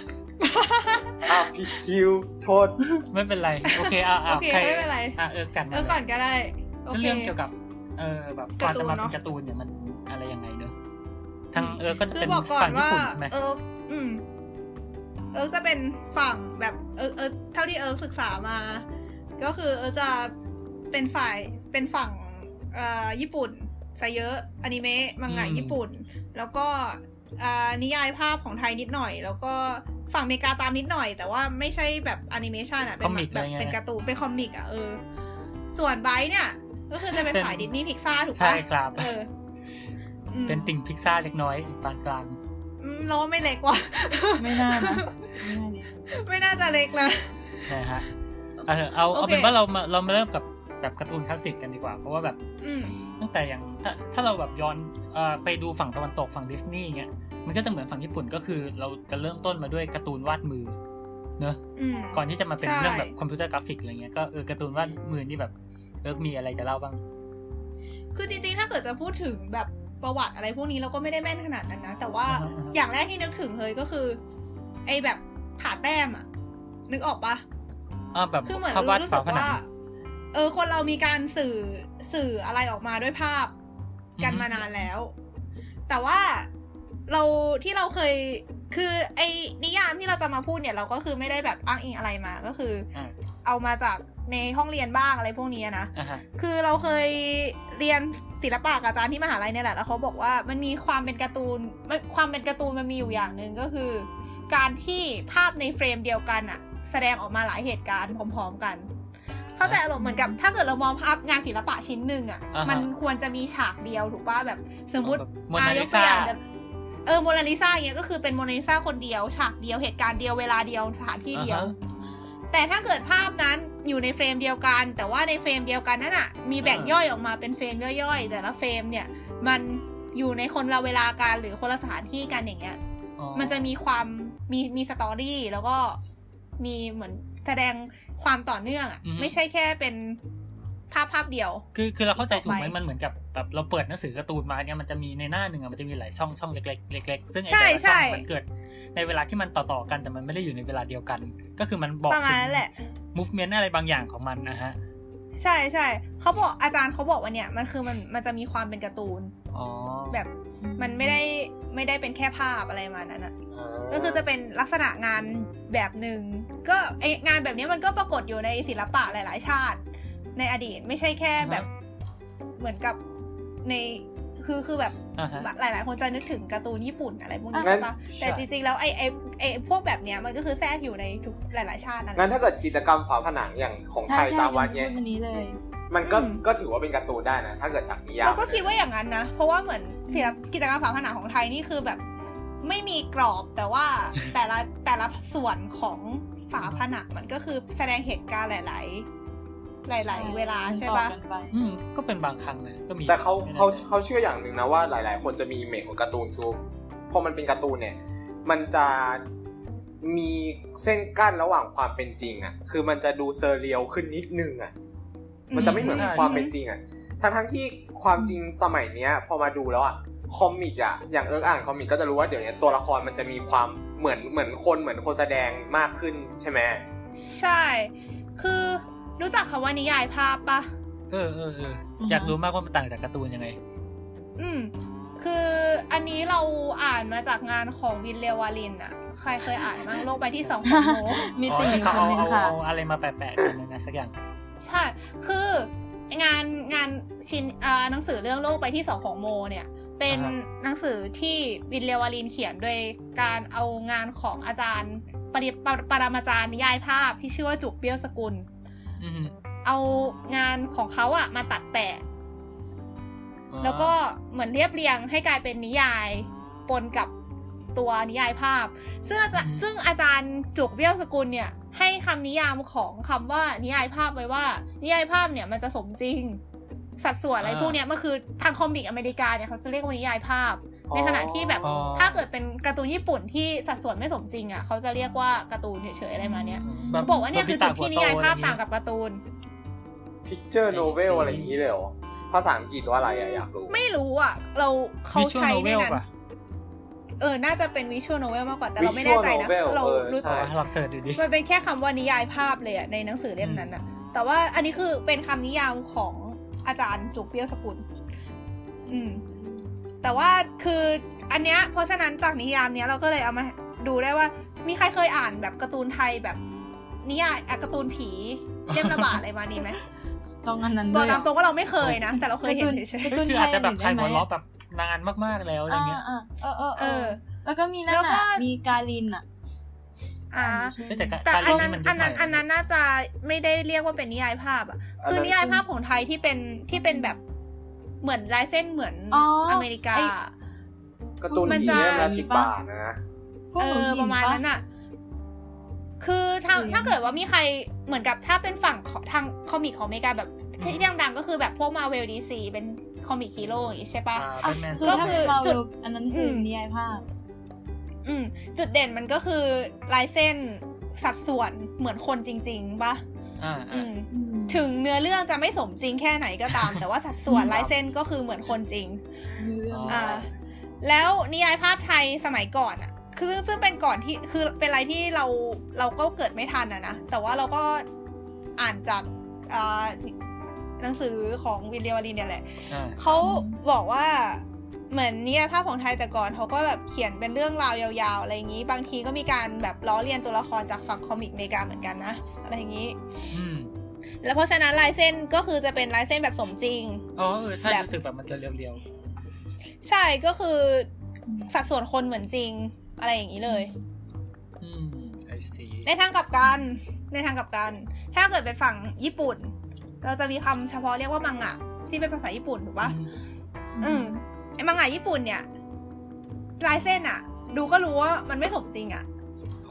S3: อ้าวผิดคิวโทษ
S4: ไม่เป็นไร โอเคอ่ะอ่ะ
S6: โอเค
S4: ใคร
S6: ไม่เป็นไร
S4: อ่ะเออกัน
S6: เออก่อนก็ได้โอ
S4: นั่น
S6: เค
S4: เรื่องเกี่ยวกับ เออแบบกว่อนจะมาเป็นการ์ตูนเนี่ยมันอะไรยังไงเนอะทางเออก็จะ
S6: คือ
S4: เป็น
S6: บอกก่อน
S4: ฝั่งญี่
S6: ว่า
S4: ปุ่นใช่ไหม
S6: เอออืม เออจะเป็นฝั่งแบบเออเออเท่าที่เออศึกษามา ก็คือเออจะเป็นฝ่ายเป็นฝั่งเอ่อญี่ปุ่นซะเยอะอนิเมะมังงะ
S4: อืม
S6: ญี่ปุ่น แล้วก็อ่านิยายภาพของไทยนิดหน่อย แล้วก็ฝั่งอเมริกาตามนิดหน่อย แต่ว่าไม่ใช่แบบแอนิเมชันอ่ะเป็นแบบแบบเป็นการ์ตูนเป็นคอมิกอ่ะเออ ส่วนไบรท์เนี่ย ก็คือจะเป็นฝ่ายดิสนีย์พิกซาถูกปะ
S4: ใช่ครับ
S6: เอออืม
S4: เป็นติ่งพิกซ่าเล็กน้อยปานกลาง
S6: อืมเราว่าไม่เล็กว่ะ
S5: ไม่น่านะไม่น่าดิ
S6: *laughs* ไม่น่าจะเล็กนะ
S4: นะฮะเออเอาเอา
S6: โอเค
S4: เป็นว่าเรามาเรามาเริ่มกับแบบการ์ตูนคลาสสิกกันดีกว่า เพราะว่าแบบ
S6: อืม
S4: ตั้งแต่อย่างถ้าถ้าเราแบบย้อนเอ่อไปดูฝั่งตะวันตกฝั่งดิสนีย์เงี้ยมันก็จะเหมือนฝั่งญี่ปุ่นก็คือ เราจะเริ่มต้นมาด้วยการ์ตูนวาดมือเนอะ
S6: อืม
S4: ก่อนที่จะมาเป็น
S6: ใช่
S4: เรื่องแบบคอมพิวเตอร์กราฟิกอะไรเงี้ยก็เออการ์ตูนวาดมือนี่แบบเออมีอะไรจะเล่าบ้าง
S6: คือจริงๆ ถ้าเกิดจะพูดถึงแบบประวัติอะไรพวกนี้เราก็ไม่ได้แม่นขนาดนั้นนะ แต่ว่า
S4: อ่าฮะ
S6: อย่างแรกที่นึกถึงเลยก็คือ ไอ้แบบผ่าแต้มอะนึกออกปะ
S4: อ่าแบบ
S6: คือเหมือน
S4: ภาพวาด
S6: รู้
S4: ฝา
S6: สึก
S4: ผนัง
S6: ว่า เออ คนเรามีการสื่อสื่ออะไรออกมาด้วยภาพกัน
S4: อือฮึ
S6: มานานแล้ว แต่ว่าเราที่เราเคยคือไอ้นิยามที่เราจะมาพูดเนี่ย เราก็คือไม่ได้แบบอ้างอิงอะไรมาก็คืออา เอามาจากในห้องเรียนบ้างอะไรพวกนี้นะ
S4: อ่าฮะ
S6: คือเราเคยเรียนศิลปะกับอาจารย์ที่มหาลัยเนี่ยแหละ แล้วเขาบอกว่ามันมีความเป็นการ์ตูนมันความเป็นการ์ตูนมันมีอยู่อย่างหนึ่งก็คือ การที่ภาพในเฟรมเดียวกันอะแสดงออกมาหลายเหตุการณ์พร้อมๆกัน เข้าใจอารมณ์เหมือนกับ ถ้าเกิดเรามองภาพงานศิลปะชิ้นหนึ่งอะมันควรจะมีฉากเดียวถูกป่ะแบบสมมติ
S4: แบบโมนาลิ
S6: อ่ะยกตั
S4: ซาว
S6: อย่างเดี๋ยวเออโมนาลิซาอย่างเงี้ยก็คือเป็นโมนาลิซาคนเดียวฉากเดียวเหตุการณ์เดียวเวลาเดียวสถานที่เดียว
S4: อ่าฮะ
S6: แต่ถ้าเกิดภาพนั้นอยู่ในเฟรมเดียวกัน แต่ว่าในเฟรมเดียวกันนั้นอ่ะ มีแบ่ง
S4: อ่า
S6: ย่อยออกมาเป็นเฟรมย่อยๆ แต่ละเฟรมเนี่ย มันอยู่ในคนละเวลากันหรือคนละสถานที่กันอย่างเงี้ย
S4: อ๋อ
S6: มันจะมีความมีมีสตอรี่แล้วก็มีเหมือนแสดงความต่อเนื่องอ่ะไม่ใช่แค่เป็นภาพภาพเดียว
S4: คือคือเราเข้าใจถูกไหม
S6: ต่อไป
S4: มันเหมือนกับแบบเราเปิดหนังสือการ์ตูนมาเนี่ยมันจะมีในหน้าหนึ่งอะมันจะมีหลายช่องช่องเล็กๆเล็กๆซึ่งไอ้แต่ละ
S6: ใช่ใช่
S4: ช่องมันเกิดในเวลาที่มันต่อๆกันแต่มันไม่ได้อยู่ในเวลาเดียวกัน ก็คือมันบอก
S6: ประมาณนั้นแหละ
S4: มูฟเมนต์อะไรบางอย่างของมันนะฮะ
S6: ใช่ใช่เขาบอกอาจารย์เขาบอกว่าเนี่ยมันคือมันมันจะมีความเป็นการ์ตูน
S4: อ๋อ
S6: แบบมันไม่ได้ไม่ได้เป็นแค่ภาพอะไรมานั้นอะก็คือจะเป็นลักษณะงานแบบหนึ่งก็ไองานแบบนี้มันก็ปรากฏอยู่ในศิลปะหลาย ๆ ชาติ ในอดีตไม่ใช่แค่แบบเหมือนกับใน คือคือแบบ
S4: อ่าฮะ
S6: หลายหลาย ๆ คนจะนึกถึงการ์ตูนญี่ปุ่นอะไรพวกนี้
S3: งั้น
S6: ใช่ปะแต่จริง ๆ แล้วไอ้ไอ้ไอ้พวกแบบเนี้ยมันก็คือแทรกอยู่ในทุกหลาย ๆ ชาตินั่นแห
S3: งั้น
S6: ละ
S3: ถ้าเกิดจิตรกรรมฝาผนังอย่างของ
S5: ใช่
S3: ไทย
S5: ใช่
S3: ตามวัดเนี้ย
S5: พูดอันนี้เลย
S3: มันก็
S6: อืม
S3: ก็ถือว่าเป็นการ์ตูนได้นะ ถ้าเกิดจากนิยาย
S6: เราก็คิดว่าอย่างนั้นนะ เพราะว่าเหมือนศิลปกิจกรรมฝาผนังของไทยนี่คือแบบ ไม่มีกรอบแต่
S3: *laughs*
S6: ว่า แต่ละแต่ละส่วนของฝาผนังมันก็คือแสดงเหตุการณ์หลาย ๆ หลาย ๆ เวลาใช่ปะ
S4: อืมก็เป็นบางครั้งนะก็มี
S3: แต่เขา
S4: ไม่แน่
S3: เขา
S4: ใจ
S3: เขาเชื่ออย่างหนึ่งนะว่าหลาย ๆ คนจะมีอิมเมจของการ์ตูนคือพอมันเป็นการ์ตูนเนี่ย มันจะมีเส้นกั้นระหว่างความเป็นจริงอ่ะ คือมันจะดูเซอร์เรียลขึ้นนิดนึงอ่ะ มันจะไม่เหมือน
S4: ใช่
S3: ความเป็นจริงอ่ะ ทั้งทั้งๆที่ความจริงสมัยเนี้ย พอมาดูแล้วอ่ะ คอมิกอ่ะ อย่างเอิร์กอ่านคอมิกก็จะรู้ว่าเดี๋ยวนี้ตัวละครมันจะมีความเหมือนเหมือนคนเหมือนคนแสดงมากขึ้นใช่ไหม
S6: ใช่ คือรู้จักคำว่านิยายภาพปะ
S4: เออเออเออ
S5: อือฮะ
S4: อยากรู้มากว่ามันต่างจากการ์ตูนยังไง
S6: อืม คืออันนี้เราอ่านมาจากงานของวินเลวาลินอะใครเคยอ่านบ้างโลกใบที่สองของโน
S5: มี
S4: อ๋อ
S5: ติ่ง
S4: ที่
S5: ค
S4: เขา
S5: น
S4: เอา
S5: หนึ่ง
S4: เอา
S5: ค่ะ
S4: เอาอะไรมาแปะๆกันนะสักอย่าง
S6: ใช่ คืองานงานชิ้นอ่าหนังสือเรื่องโลกใบที่สองของโมเนี่ย เป็น
S4: อ่าฮะ
S6: หนังสือที่วินเลวาลินเขียนโดยการเอางานของอาจารย์ปริปรปรมาจารย์นิยายภาพที่ชื่อว่าจุกเบี้ยวสกุล
S4: อือฮึ
S6: เอางานของเขาอะมาตัดแปะ
S4: อ๋อ
S6: แล้วก็เหมือนเรียบเรียงให้กลายเป็นนิยายปนกับตัวนิยายภาพ ซึ่งอาจารย์ซึ่งอาจารย์จุกเบี้ยวสกุลเนี่ย ให้คำนิยามของคำว่านิยายภาพไว้ว่า นิยายภาพเนี่ยมันจะสมจริง สัดส่วนอะไรพวกเนี้ยมันคือทางคอมิกอเมริกาเนี่ยเขาจะเรียกว่านิยายภาพ ในขณะที่แบบ
S4: อ๋อ
S6: ถ้าเกิดเป็นการ์ตูนญี่ปุ่นที่สัดส่วนไม่สมจริงอ่ะเขาจะเรียกว่าการ์ตูนเฉยๆอะไรมาเนี้ย
S4: แบบ
S6: บอกว่าเนี่ยคือจุดที่นิยายภาพ
S4: โโต
S6: ต่างกับการ์ตูน
S3: พิกเจอร์โนเวลอะไรอย่างนี้เลยเหรอ ภาษาอังกฤษว่าอะไรอะอยากรู้
S6: ไม่รู้อ่ะ เราเขา
S4: วิชวล
S6: ใช้
S4: โน
S6: ใน
S4: เวล
S6: นั้น
S4: ป่ะ
S6: เออ น่าจะเป็นวิชวลโนเวลมากกว่า แต่เราไม่แน่ใจนะ
S3: Visual novel
S6: เรา
S3: เออ
S6: รู้
S3: ใช่
S4: อ๋อลองเสิร์ชดูดิ
S6: มันเป็นแค่คำว่านิยายภาพเลยอะในหนังสือเล่มนั้นอะแต่ว่าอันนี้คือเป็นคำนิยามของอาจารย์จุกเปี้ยวสกุล อืม แต่ว่าคืออันเนี้ย เพราะฉะนั้นจากนิยามเนี้ยเราก็เลยเอามาดูได้ว่า มีใครเคยอ่านแบบการ์ตูนไทยแบบนิยายอ่ะการ์ตูนผีเล่มระบาดอะไรมานี่ไหม
S5: ต้องอันนั้น
S6: บ
S5: ด้
S6: อ
S5: ว
S6: ก
S5: ย
S6: ตามตรงว่าเราไม่เคยนะ แต่เราเคยเห็นเฉย
S5: การ์
S4: คื
S5: ตู
S4: อน
S5: ไท
S4: อาจ
S5: ย
S4: จะแบบใคร
S5: เห็น
S4: หัว
S5: ไหม
S4: ล้อแบบนานมากๆแล้วอะไรเงี้ย
S5: อ่าๆเออเออ
S6: ๆ
S5: เอ
S6: เอ
S5: อ
S6: อ
S5: แล้วก็มีนั่น
S6: แล้วก็
S5: น่ะมีกาลินอ่ะ
S6: อ่า
S5: ชื่อ
S4: ไม่แต่การ
S6: แต่
S4: การ
S6: อัน
S4: เล่น
S6: นั้น
S4: มันยุ
S6: อั
S4: คน ใหม่
S6: นั้นอันนั้นน่าจะไม่ได้เรียกว่าเป็นนิยายภาพอ่ะ
S3: อันนั้น
S6: คือนิยายภาพของไทยที่เป็นที่เป็นแบบเหมือนลายเส้นเหมือน
S5: อ๋ออ
S6: อเมริกา
S5: ไอ้
S3: การ์ตูน
S6: มัน
S3: ผี
S6: จะ
S3: เล่มละสิบบาทนะ
S5: พวก
S6: เอ
S5: หนู
S6: อ
S5: หญิง
S6: ประมาณนั้น
S5: ป
S6: อ่ะ คือทาง
S5: หรือ
S6: ถ้าเกิดว่ามีใครเหมือนกับถ้าเป็นฝั่งของทางคอมิกของอเมริกาแบบที่ดังๆก็คือแบบพวกมาเวลดีซีเป็นคอมิกฮีโร่อย่างงี้ใช่
S4: อ่าแบ
S6: ปะ
S4: ทแมน
S5: คือ
S6: ก็
S5: ถ้า
S6: คื
S5: เป็
S6: อน
S5: มา
S6: จุด
S5: เวลอันนั้นคืออ
S6: ม
S5: นิยายภาพ
S6: อืม จุดเด่นมันก็คือลายเส้นสัดส่วนเหมือนคนจริง ๆปะ
S4: อ่า
S6: อื
S4: อ่าม
S6: ถึงเนื้อเรื่องจะไม่สมจริงแค่ไหนก็ตาม *laughs* แต่ว่าสัดส่วนลายเส้นก็คือเหมือนคนจริง อ่า แล้วนิยายภาพไทยสมัยก่อนอ่ะ คือซึ่งเป็นก่อนที่คือเป็นอะไรที่เราเราก็เกิดไม่ทันอะนะ แต่ว่าเราก็อ่านจากอ่าหนังสือของวินเดียวารีเนี่ยแหละ
S4: อ่า
S6: เขาบอกว่าเหมือนนิยายภาพของไทยแต่ก่อนเขาก็แบบเขียนเป็นเรื่องราวยาวๆอะไรอย่างนี้ บางทีก็มีการแบบล้อเลียนตัวละครจากฝั่งคอมิกอเมริกาเหมือนกันนะอะไรอย่างนี้
S4: อืม
S6: แล้วเพราะฉะนั้นลายเส้นก็คือจะเป็นลายเส้นแบบสมจริง
S4: อ๋อเออใช่
S6: แบบ
S4: รู้สึกแบบมันจะเรียว
S6: ใช่ก็คือสัดส่วนคนเหมือนจริงอะไรอย่างนี้เลย
S4: ๆอืมไอซี
S6: ในทางกลับกันในทางกลับกัน ถ้าเกิดเป็นฝั่งญี่ปุ่น เราจะมีคำเฉพาะเรียกว่ามังงะที่เป็นภาษาญี่ปุ่นถูกปะอืมไอ้มังงะญี่ปุ่นเนี่ยลายเส้นอะดูก็รู้ว่ามันไม่สมจริงอะ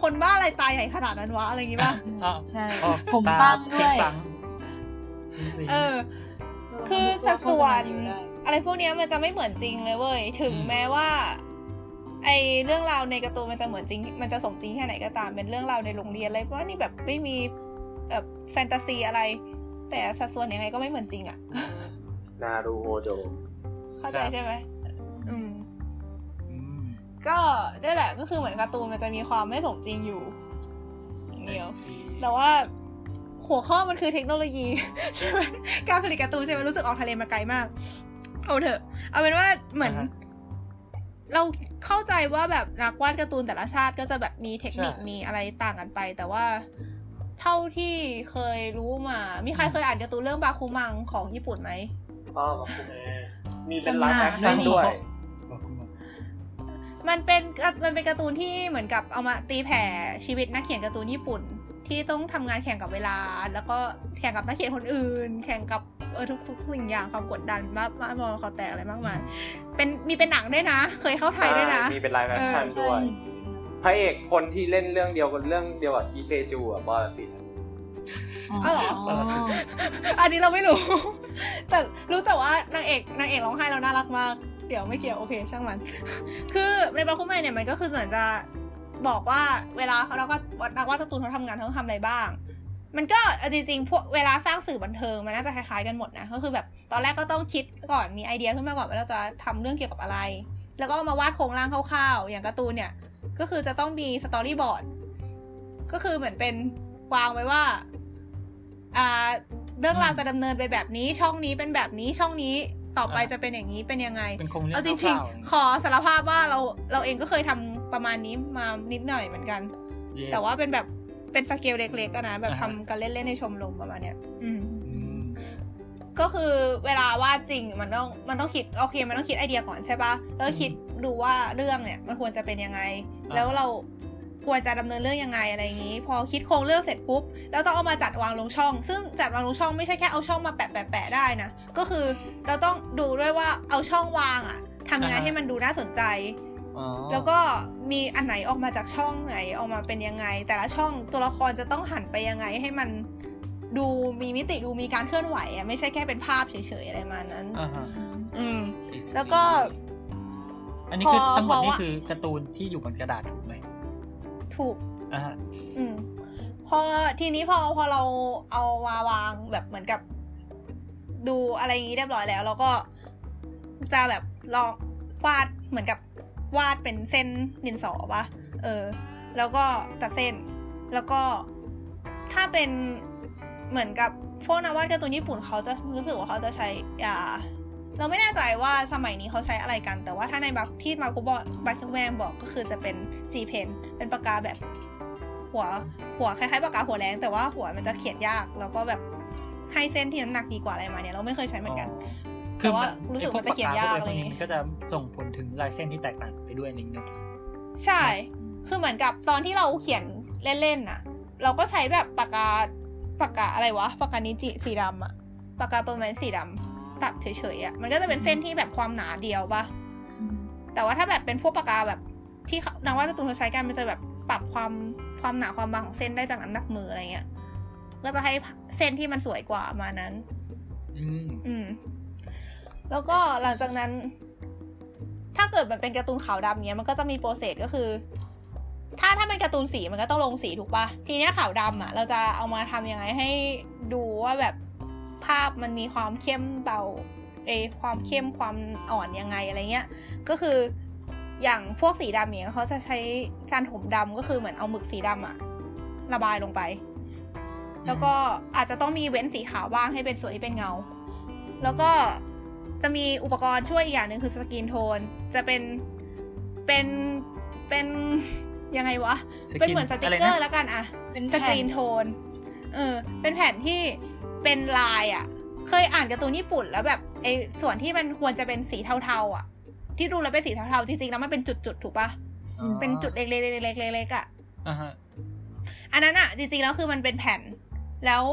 S6: คนบ้าอะไรตายใหญ่ขนาดนั้นวะอะไรอย่างงี้ปะ
S4: อ่า
S5: ใช่
S4: อ๋อ
S5: ผม
S4: ตา
S5: ตั้งด้ว
S4: ปิ๊ง
S5: ย
S4: ปังอืมสิ
S6: เออ คือสัดส่วน อะไรพวกเนี้ยมันจะไม่เหมือนจริงเลยเว้ย ถึง
S4: อืม
S6: แม้ว่า ไอเรื่องราวในการ์ตูนมันจะเหมือนจริง มันจะสมจริงแค่ไหนก็ตาม เป็นเรื่องราวในโรงเรียนอะไรเพราะว่านี่แบบไม่มีแบบแฟนตาซีอะไร แต่สัดส่วนยังไงก็ไม่เหมือนจริงอะ่ะ
S3: นารูโฮโด
S6: เข้าใจใช่ไหมอืม
S4: อืม
S6: ก็ได้แหละก็คือเหมือนการ์ตูนมันจะมีความไม่สมจริงอยู่อย่างเดียว
S4: I see
S6: แต่ว่าหัวข้อมันคือเทคโนโลยี *laughs* ใช่ไหมการผลิตการ์ตูนใช่ไหมรู้สึกออกทะเลมาไกลมาก เอาเถอะ เอาเป็นว่าเหมือน
S4: อ่าฮะ
S6: เราเข้าใจว่าแบบนักวาดการ์ตูนแต่ละชาติก็จะแบบมีเทคนิค
S4: ใช่
S6: มีอะไรต่างกันไป แต่ว่าเท่าที่เคยรู้มา มีใครเคยอ่านการ์ตูนเรื่องบาคุมังของญี่ปุ่นไหม
S3: อ้อมาคุณแม่ มีเป็นไลฟ์แอคชั่น
S4: ไม่มี
S3: ด้วย
S4: บอกคุณบอก
S6: มันเป็นมันเป็นการ์ตูนที่เหมือนกับเอามาตีแผ่ชีวิตนักเขียนการ์ตูนญี่ปุ่น ที่ต้องทำงานแข่งกับเวลา แล้วก็แข่งกับนักเขียนคนอื่น แข่งกับเออทุกทุกสิ่งอย่างความกดดันมากมากมอเขาแตกอะไรมากมายเป็นมีเป็นหนังด้วยนะ เคยเข้าไทยด้วยนะ
S3: มีเป็นไลฟ์แอคชั่น
S5: ใช่
S3: ด้วย พระเอกคนที่เล่นเรื่องเดียวกันเรื่องเดียวกับคีเซจูอะบอลสิน
S6: เออเหรอ อันนี้เราไม่รู้ แต่รู้แต่ว่านางเอกนางเอกร้องไห้แล้วน่ารักมาก เดี๋ยวไม่เกี่ยวโอเค ช่างมัน *laughs* คือในบาคุเมเนี่ยมันก็คือเหมือนจะบอกว่าเวลาเขาเราก็นักวาดการ์ตูนเขาทำงานเขาทำอะไรบ้าง มันก็เอาจริงๆพวกเวลาสร้างสื่อบันเทิงมันน่าจะคล้ายๆกันหมดนะก็คือแบบตอนแรกก็ต้องคิดก่อนมีไอเดียขึ้นมาก่อนว่าเราจะทำเรื่องเกี่ยวกับอะไร แล้วก็เอามาวาดโครงร่างคร่าวๆอย่างการ์ตูนเนี่ย ก็คือจะต้องมีสตอรี่บอร์ด ก็คือเหมือนเป็นวางไว้ว่า อ่า เรื่องราวจะดำเนินไปแบบนี้ ช่องนี้เป็นแบบนี้ ช่องนี้ต่อไปจะเป็นอย่างนี้ เป็นยังไง
S4: เป็นโครงเรื่อ
S6: เอา
S4: ง
S6: จ
S4: ค
S6: ริง
S4: ร่าว
S6: ๆ ขอสารภาพว่าเราเราเองก็เคยทำประมาณนี้มานิดหน่อยเหมือนกัน
S4: ๆเย่
S6: แต่ว่าเป็นแบบเป็นสเกลเล็กๆอะนะ แบบ
S4: อ่า
S6: ทำ
S4: ฮะ
S6: กันเล่นๆในชมรมประมาณเนี้ย อืม
S4: อืม
S6: ก็คือเวลาวาดจริงมันต้องมันต้องคิดโอเค มันต้องคิดไอเดียก่อนใช่ปะแล้วก็คิดดูว่าเรื่องเนี่ยมันควรจะเป็นยังไง
S4: อ่า
S6: แล้วเราควรจะดำเนินเรื่องยังไงอะไรอย่างนี้ พอคิดโครงเรื่องเสร็จปุ๊บแล้วต้องเอามาจัดวางลงช่อง ซึ่งจัดวางลงช่องไม่ใช่แค่เอาช่องมาแปะแปะแปะได้นะก็คือเราต้องดูด้วยว่าเอาช่องวางอะทำยังไงให้มันดูน่าสนใจ
S4: อ๋อ
S6: แล้วก็มีอันไหนออกมาจากช่องไหนออกมาเป็นยังไง แต่ละช่องตัวละครจะต้องหันไปยังไงให้มันดูมีมิติดูมีการเคลื่อนไหวอะไม่ใช่แค่เป็นภาพเฉยๆอะไรประมาณนั้น
S4: อ่าฮะ
S6: อืม
S4: ไอ้สิ
S6: แล้วก็
S4: อันนี้คือ
S6: พอ
S4: ทั้งหมด
S6: พอ
S4: นี่
S6: ว่า
S4: คือการ์ตูนที่อยู่บนกระดาษถูกไหม
S6: ถูก
S4: อ่าฮะ
S6: อืม พอทีนี้พอพอเราเอามาวางแบบเหมือนกับ ดูอะไรอย่างนี้เรียบร้อยแล้วเราก็จะแบบลองวาดเหมือนกับวาดเป็นเส้นดินสอปะเออ แล้วก็ตัดเส้น แล้วก็ถ้าเป็นเหมือนกับพวกนักวาดการ์ตูนญี่ปุ่นเขาจะรู้สึกว่าเขาจะใช้อ่า เราไม่แน่ใจว่าสมัยนี้เขาใช้อะไรกัน แต่ว่าถ้าในบัคที่มาคุบอกบัคแวมบอกก็คือจะเป็น G Pen เป็นปากกาแบบหัวหัวคล้ายๆปากกาหัวแรงแต่ว่าหัวมันจะเขียนยาก แล้วก็แบบให้เส้นที่น้ำหนักดีกว่าอะไรมาเนี่ยเราไม่เคยใช้เหมือนกัน แต่ว่ารู้สึกว่าจะเขียนยากอะไรอย่างงี้
S4: มันก็จะส่งผลถึงลายเส้นที่แตกต่างไปด้วยนิดนึง
S6: ใช่ คือเหมือนกับตอนที่เราเขียนเล่นๆน่ะ เราก็ใช้แบบปากกาปากกาอะไรวะ ปากกานิจิสีดำอะปากกาเปอร์แมนต์สีดำตัดเฉยๆอะมันก็จะเป็นเส้นที่แบบความหนาเดียวปะแต่ว่าถ้าแบบเป็นพวกปากกาแบบที่เขานักวาดการ์ตูนเขาใช้กันมันจะแบบปรับความความหนาความบางของเส้นได้จากน้ำหนักมืออะไรเงี้ย ก็จะให้เส้นที่มันสวยกว่ามานั้น
S4: อืม
S6: อืม แล้วก็หลังจากนั้น ถ้าเกิดมันเป็นการ์ตูนขาวดำเนี้ยมันก็จะมีโปรเซสก็คือ ถ้าถ้าเป็นการ์ตูนสีมันก็ต้องลงสีถูกปะทีเนี้ยขาวดำอ่ะ เราจะเอามาทำยังไงให้ดูว่าแบบภาพมันมีความเข้มเบาเอยความเข้มความอ่อนยังไงอะไรเงี้ย ก็คืออย่างพวกสีดำเนี้ยเขาจะใช้การถมดำก็คือเหมือนเอาหมึกสีดำอะระบายลงไป แล้วก็อาจจะต้องมีเว้นสีขาวบ้างให้เป็นส่วนที่เป็นเงา แล้วก็จะมีอุปกรณ์ช่วยอีกอย่างหนึ่งคือสกรีนโทน จะเป็นเป็นเป็นยังไงวะ
S4: สกรีน
S6: เป็นเหมือนสติกเกอ
S4: อะไร
S6: ร์
S4: นะ
S6: แล้วกันอะ
S5: เป็น
S6: ส
S5: แผ่น
S6: กรีนโทน เออ เป็นแผ่นที่เป็นลายอะเคยอ่านการ์ตูนญี่ปุ่นแล้วแบบไอ้ส่วนที่มันควรจะเป็นสีเทาๆอะที่ดูแล้วเป็นสีเทาๆจริงๆแล้วมันเป็นจุดๆถูกปะ
S4: อ๋อ
S6: เป็นจุดเล็กๆๆๆๆๆอะ
S4: อ่าฮะ
S6: อันนั้นอะจริงๆแล้วคือมันเป็นแผ่น แล้ว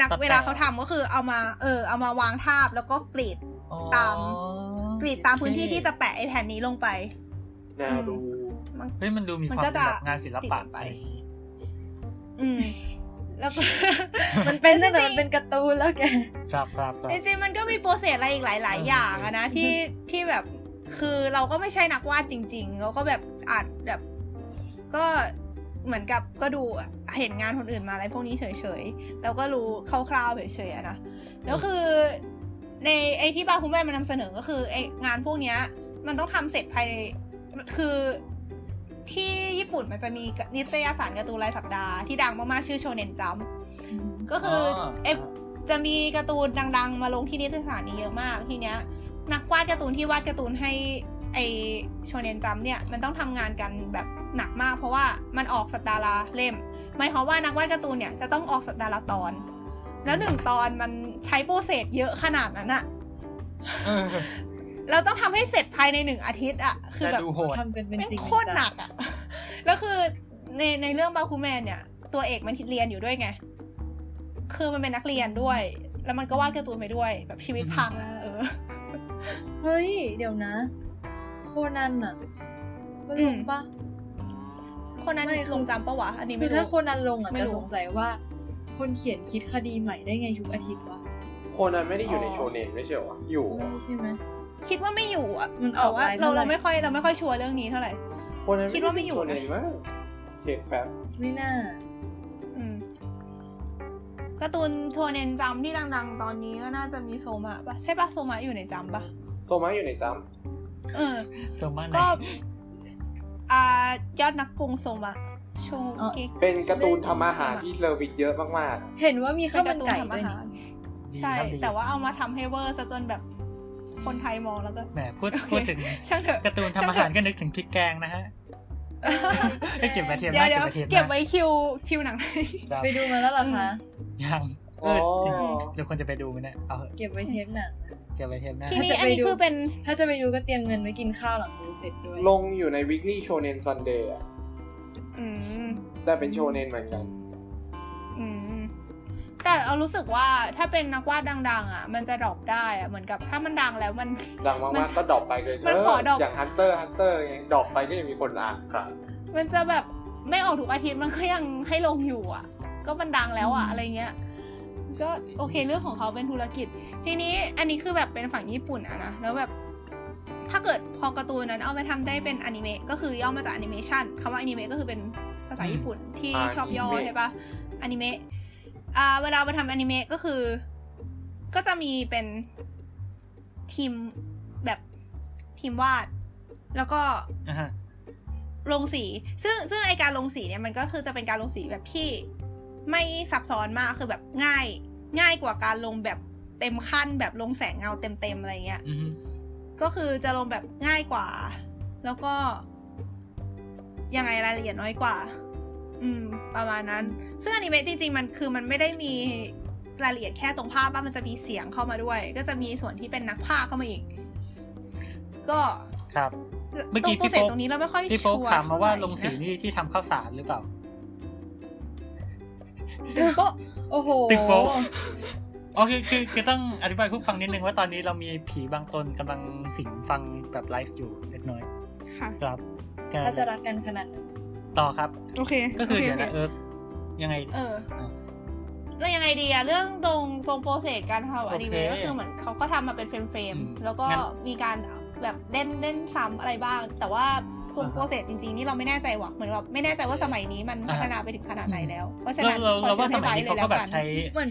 S6: นัก
S4: ตัดแต่ง
S6: เวลาเขาทำก็คือเอามา เออ เอามาวางทาบแล้วก็กรีด
S4: อ๋อ
S6: ตาม กรีดตามพื้นที่ที่จะแปะไอแผ่นนี้ลงไป
S3: น่าดู
S6: มัน
S4: เฮ้ยมันดูมี
S6: มัน
S4: ความ
S6: ก็
S4: เป็น
S6: จะ
S4: แบบงานศิลปะ
S6: ติดลง
S4: ไป
S6: ไป อืม แล้ว *laughs* ก็
S5: มันเป็นตั้งแต่
S6: จริ
S5: มั
S6: งๆ
S5: นเป็นการ์ตูนแล้วแก
S4: ครับครับครับ
S6: จริงๆมันก็มีโปรเซสอะไรอีกหลาย
S4: เอ
S6: ๆ
S4: อ
S6: อ
S4: อ
S6: ย่างอะนะที่ที่แบบคือเราก็ไม่ใช่นักวาดจริงๆเราก็แบบอาจแบบ ก็เหมือนกับก็ดูเห็นงานคนอื่นมาอะไรพวกนี้เฉยๆแล้วก็รู้คร่าวๆเฉยๆอะนะแล้วคือในไอที่บาร์คุณแม่มานำเสนอก็คือไองานพวกเนี้ย มันต้องทำเสร็จภายในคือที่ญี่ปุ่นมันจะมีนิตยสารการ์ตูนรายสัปดาห์ที่ดังมากๆชื่อโชเนนจัม ก็คืออ
S4: อ
S6: เอฟจะมีการ์ตูนดัง ๆ มาลงที่นิตยสารนี้เยอะมากทีเนี้ย นักวาดการ์ตูนที่วาดการ์ตูนให้ไอโชเนนจัมเนี่ยมันต้องทำงานกันแบบหนักมาก เพราะว่ามันออกสัปดาห์ละเล่มหมายความว่านักวาดการ์ตูนเนี่ยจะต้องออกสัปดาห์ละตอน แล้วหนึ่งตอนมันใช้โปรเซสเยอะขนาดนั้นอะ
S4: เออ
S6: เราต้องทำให้เสร็จภายในหนึ่งอาทิตย์อ่ะ คือ
S4: แต่
S6: แบบ
S4: ดูโหด
S5: ทำกันเป็น
S6: แม่ง
S5: จริง
S6: โคตรหนักอ่ะ *laughs* แล้วคือในในเรื่องบาคูแมนเนี่ย ตัวเอกมันเรียนอยู่ด้วยไง คือมันเป็นนักเรียนด้วย แล้วมันก็วาดการ์ตูนไปด้วย แบบชีวิตพังอ่ะเออ
S5: เฮ้ย เดี๋ยวนะโคนันอ่ะก็ลงปะ
S6: คนนั้น
S5: ไม่คือ
S6: ลงจำปะวะ อันนี้
S5: คื
S6: ไม่
S5: อ
S6: รู้
S5: ถ้าโคนันลงอ่ะ
S6: ไม่
S5: จะ
S6: รู้
S5: สงสัยว่า คนเขียนคิดคดีใหม่ได้ไงทุกอาทิตย์วะ
S3: โคนันไม่ได้อยู่ในโชเนนไม่ใช่เหรอวะอยู่
S5: ไม่ใช่ไหม
S6: คิดว่าไม่อยู่อ่ะ
S5: มันอ
S6: แต่
S5: อก
S6: ว่า
S5: ไลน์
S6: เรา
S5: เท่าไหร่
S6: เราไม่ค่อยเราไม่ค่อยชัวร์เรื่องนี้เท่าไหร่
S3: โคนัน
S6: คิดว่าไม่อยู่
S3: โชเน
S6: นะ
S3: นมั้งเช็คแป๊บ
S5: ไม่น่า
S6: อืมการ์ตูนโทเนนจำที่ดังๆ ตอนนี้ก็น่าจะมีโซมะปะใช่ปะโซมะอยู่ในจำปะ
S3: โซมะอยู่ในจ
S6: เออ
S4: สมมาไหน
S6: ก็ อ่ายอดนักปรุงโซมะโชงกิก
S3: ำเป็นการ์ตูนทำอาหารที่เซอร์วิสเยอะมาก
S5: เห็นว่ามีข้าว
S6: เป็
S5: มัน น
S6: ตู
S5: ไก่
S6: ทำ
S5: ด้ว
S6: อาย
S5: นี่
S6: หาร
S4: ดี
S6: ใช่
S4: ครับดี
S6: แต่ว่าเอามาทำให้เวอร์ซะจนแบบ คนไทยมองแล้วก็
S4: แหมพูด
S6: โอเค
S4: พูดถึง
S6: ช่างเถอะ
S4: การ์ตูนทำอาหารก็นึกถึงพริกแกงนะฮะไอ้ยเก็บไว้เทียม
S6: เดี๋ย
S4: ได้
S6: วเดี๋ยว
S4: เก็บไว้เทียม
S6: เก็บ
S4: ได้
S6: ไว้คิวคิวหนังไทย
S4: ครับ
S5: ไปดูมาแล้วเหรอคะ
S4: ยัง
S3: ๆ
S4: เอ
S3: อ๋อ
S4: อจริงเดี๋ยวคนจะไปดูมันเนี่ยเอาเถอะ
S5: เก็บไว้เทปหนัง
S4: เก็บไว้เทียมได้
S6: ทีนี้
S5: ถ้าจะ
S6: อันนี้
S5: ไปดู
S6: คือเป็น
S5: ถ้าจะไปดูก็เตรียมเงินไว้กินข้าวหลังดูเสร็จด้วย
S3: ลงอยู่ใน weekly shonen sunday อะ
S6: อืม
S3: แต่เป็นโชเนนเหมือนกัน
S6: อืม แต่เอารู้สึกว่าถ้าเป็นนักวาดดัง ๆ อ่ะ มันจะดรอปได้อ่ะ เหมือนกับถ้ามันดังแล้วมัน
S3: ดังมากๆก็ดรอปไปเลย
S6: มันขอดรอป
S3: อย่างฮันเตอร์ฮันเตอร์ไงดรอปไปก็ยังมีคนอ่านค่ะ
S6: มันจะแบบไม่ออกทุกอาทิตย์มันก็ยังให้ลงอยู่อ่ะ ก็มันดังแล้วอ่ะ อะไรเงี้ย ก็โอเคเรื่องของเขาเป็นธุรกิจ ทีนี้อันนี้คือแบบเป็นฝั่งญี่ปุ่นอะนะ แล้วแบบ ถ้าเกิดพอการ์ตูนนั้นเอามาทำได้เป็นอนิเมะก็คือย่อมาจากแอนิเมชันคำว่าอนิเมะก็คือเป็นภาษา
S4: อืม
S6: ญี่ปุ่นที่
S3: อ่า
S6: ชอบย่อ
S3: อนิเมะ
S6: ใช่ปะอนิเมะอ่าเวลามาทำอนิเมะก็คือ ก็จะมีเป็นทีมแบบทีมวาด แล้วก็
S4: อ่าฮะ
S6: ลงสี ซึ่งซึ่งไอการลงสีเนี่ยมันก็คือจะเป็นการลงสีแบบที่ไม่ซับซ้อนมากคือแบบง่าย ง่ายกว่าการลงแบบเต็มขั้น แบบลงแสงเงาเต็มๆอะไรเงี้ย
S4: อือฮึ
S6: ก็คือจะลงแบบง่ายกว่า แล้วก็ ยังไงรายละเอียดน้อยกว่า อืม ประมาณนั้น ซึ่งอนิเมะจริง ๆ มันคือมันไม่ได้มีรายละเอียดแค่ตรงภาพบ้างมันจะมีเสียงเข้ามาด้วย ก็จะมีส่วนที่เป็นนักภาคเข้ามาอีก ก็
S4: ครับ เมื่อกี้
S6: ตรง
S4: พี่
S6: โปรเซส
S4: โป๊ป
S6: ตรงนี้เราไม่ค่อย
S4: พี่โป๊ก
S6: ชัวร์
S4: ถามมาว่าลงสี
S6: เท่ไหร่นะ
S4: นี่ที่ทำข้าวสารหรือเปล่า
S6: ตึงโป๊ะ
S5: โอ้โห
S4: ตึกโป๊ะ อ๋อคือคือคือต้องอธิบายให้ผู้ฟังนิดนึงว่าตอนนี้เรามีผีบางตนกำลังสิงฟังแบบไลฟ์อยู่เล็กน้อย
S6: ค่ะ
S4: ครับ
S5: ถ้าจะรักกันขนาดนั้น
S4: ต่อครับ
S6: โอเค
S4: ก็คือ
S6: โ
S4: เดี๋ยวนะเอิร์กยังไง
S6: เออแล้วยังไงดีอะเรื่องตรงตรงโปรเซสการทำ
S4: โอเค
S6: อนิเมะก็คือเหมือนเขาก็ทำมาเป็นเฟรม
S4: อืม
S6: ๆแล้วก็
S4: งั้น
S6: มีการแบบเล่นเล่นซ้ำอะไรบ้าง แต่ว่าตรง
S4: อ่าฮะ
S6: โปรเซสจริงๆนี่เราไม่แน่ใจว่ะเหมือนแบบไม่แน่ใจว่าสมัยนี้มันพั
S4: อ่าฮะ
S6: ฒนาไปถึงขนาดไหนแล้ว เพราะฉะ
S4: เรา
S6: นั้น
S4: เรา
S6: ขอ
S4: เราว่า
S6: เชิ
S4: ส
S6: ญ
S4: มัย
S6: ไว้
S4: นี้
S6: เลย
S4: เขา
S6: แล้
S4: ก็
S6: ว
S4: แบบ
S6: กัน
S4: ใช้
S5: เหมือน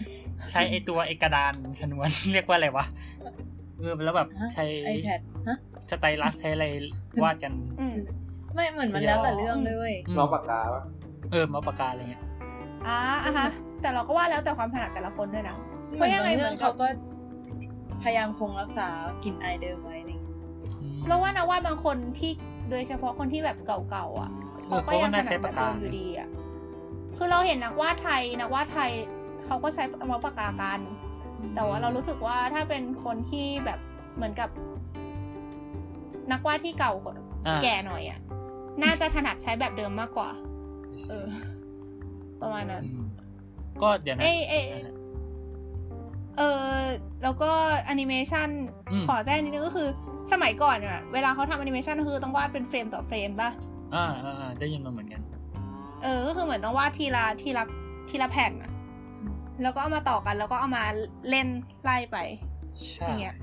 S4: ใช้ไอตัวไอกระดานชนวน *laughs* เรียกว่าอะไรวะเออแล้วแบบ
S5: ฮะ
S4: ใช้
S5: iPad ฮะ
S4: สไตลัสใช้อะไรวาดกัน
S6: อืม
S5: ไม่เหมือนมันแล้วแต่เรื่องเลย
S4: อืม
S3: น้องปากกาปะ
S4: เออมาปากกาอะไรเงี้ย
S6: อ่าอ่ะฮะแต่เราก็ว่าแล้วแต่ความถนัดแต่ละคนด้วยนะ
S5: เพราะยังไงเรื่องเขาก็ พยายามคงรักษากลิ่นอายเดิมไว้นี่
S6: เราว่านะว่าบางคนที่โดยเฉพาะคนที่แบบเก่าๆอ่ะ
S4: เออ
S6: เขาก็ยัง
S4: เขาก็น่าใช้
S6: แบบเดิมอยู่ดีอ่ะคือเราเห็นนักวาดไทยนักวาดไทยเขาก็ใช้เอามาปากกากัน แต่ว่าเรารู้สึกว่าถ้าเป็นคนที่แบบเหมือนกับ นักวาดที่เก่ากว่า
S4: อ่า
S6: แก่หน่อยอ่ะน่าจะถนัดใช้แบบเดิมมากกว่า เออ ประมาณนั้น
S4: อืมก็เดี๋ยวนะ
S6: เอ้ยเอ้ย
S4: นะฮะ
S6: เออแล้วก็แอนิเมชัน
S4: อืม
S6: ขอแจ้งนิดนึงก็คือ สมัยก่อนอะเวลาเขาทำแอนิเมชันก็คือต้องวาดเป็นเฟรมต่อเฟรมป่ะ
S4: อ่าอ่าอ่าได้ยินมาเหมือนกัน
S6: เออ ก็คือเหมือนต้องวาดทีละทีละทีละแผ่นอะแล้วก็เอามาต่อกัน แล้วก็เอามาเล่นไล่ไป
S4: ใช่
S6: อย่างเงี้ย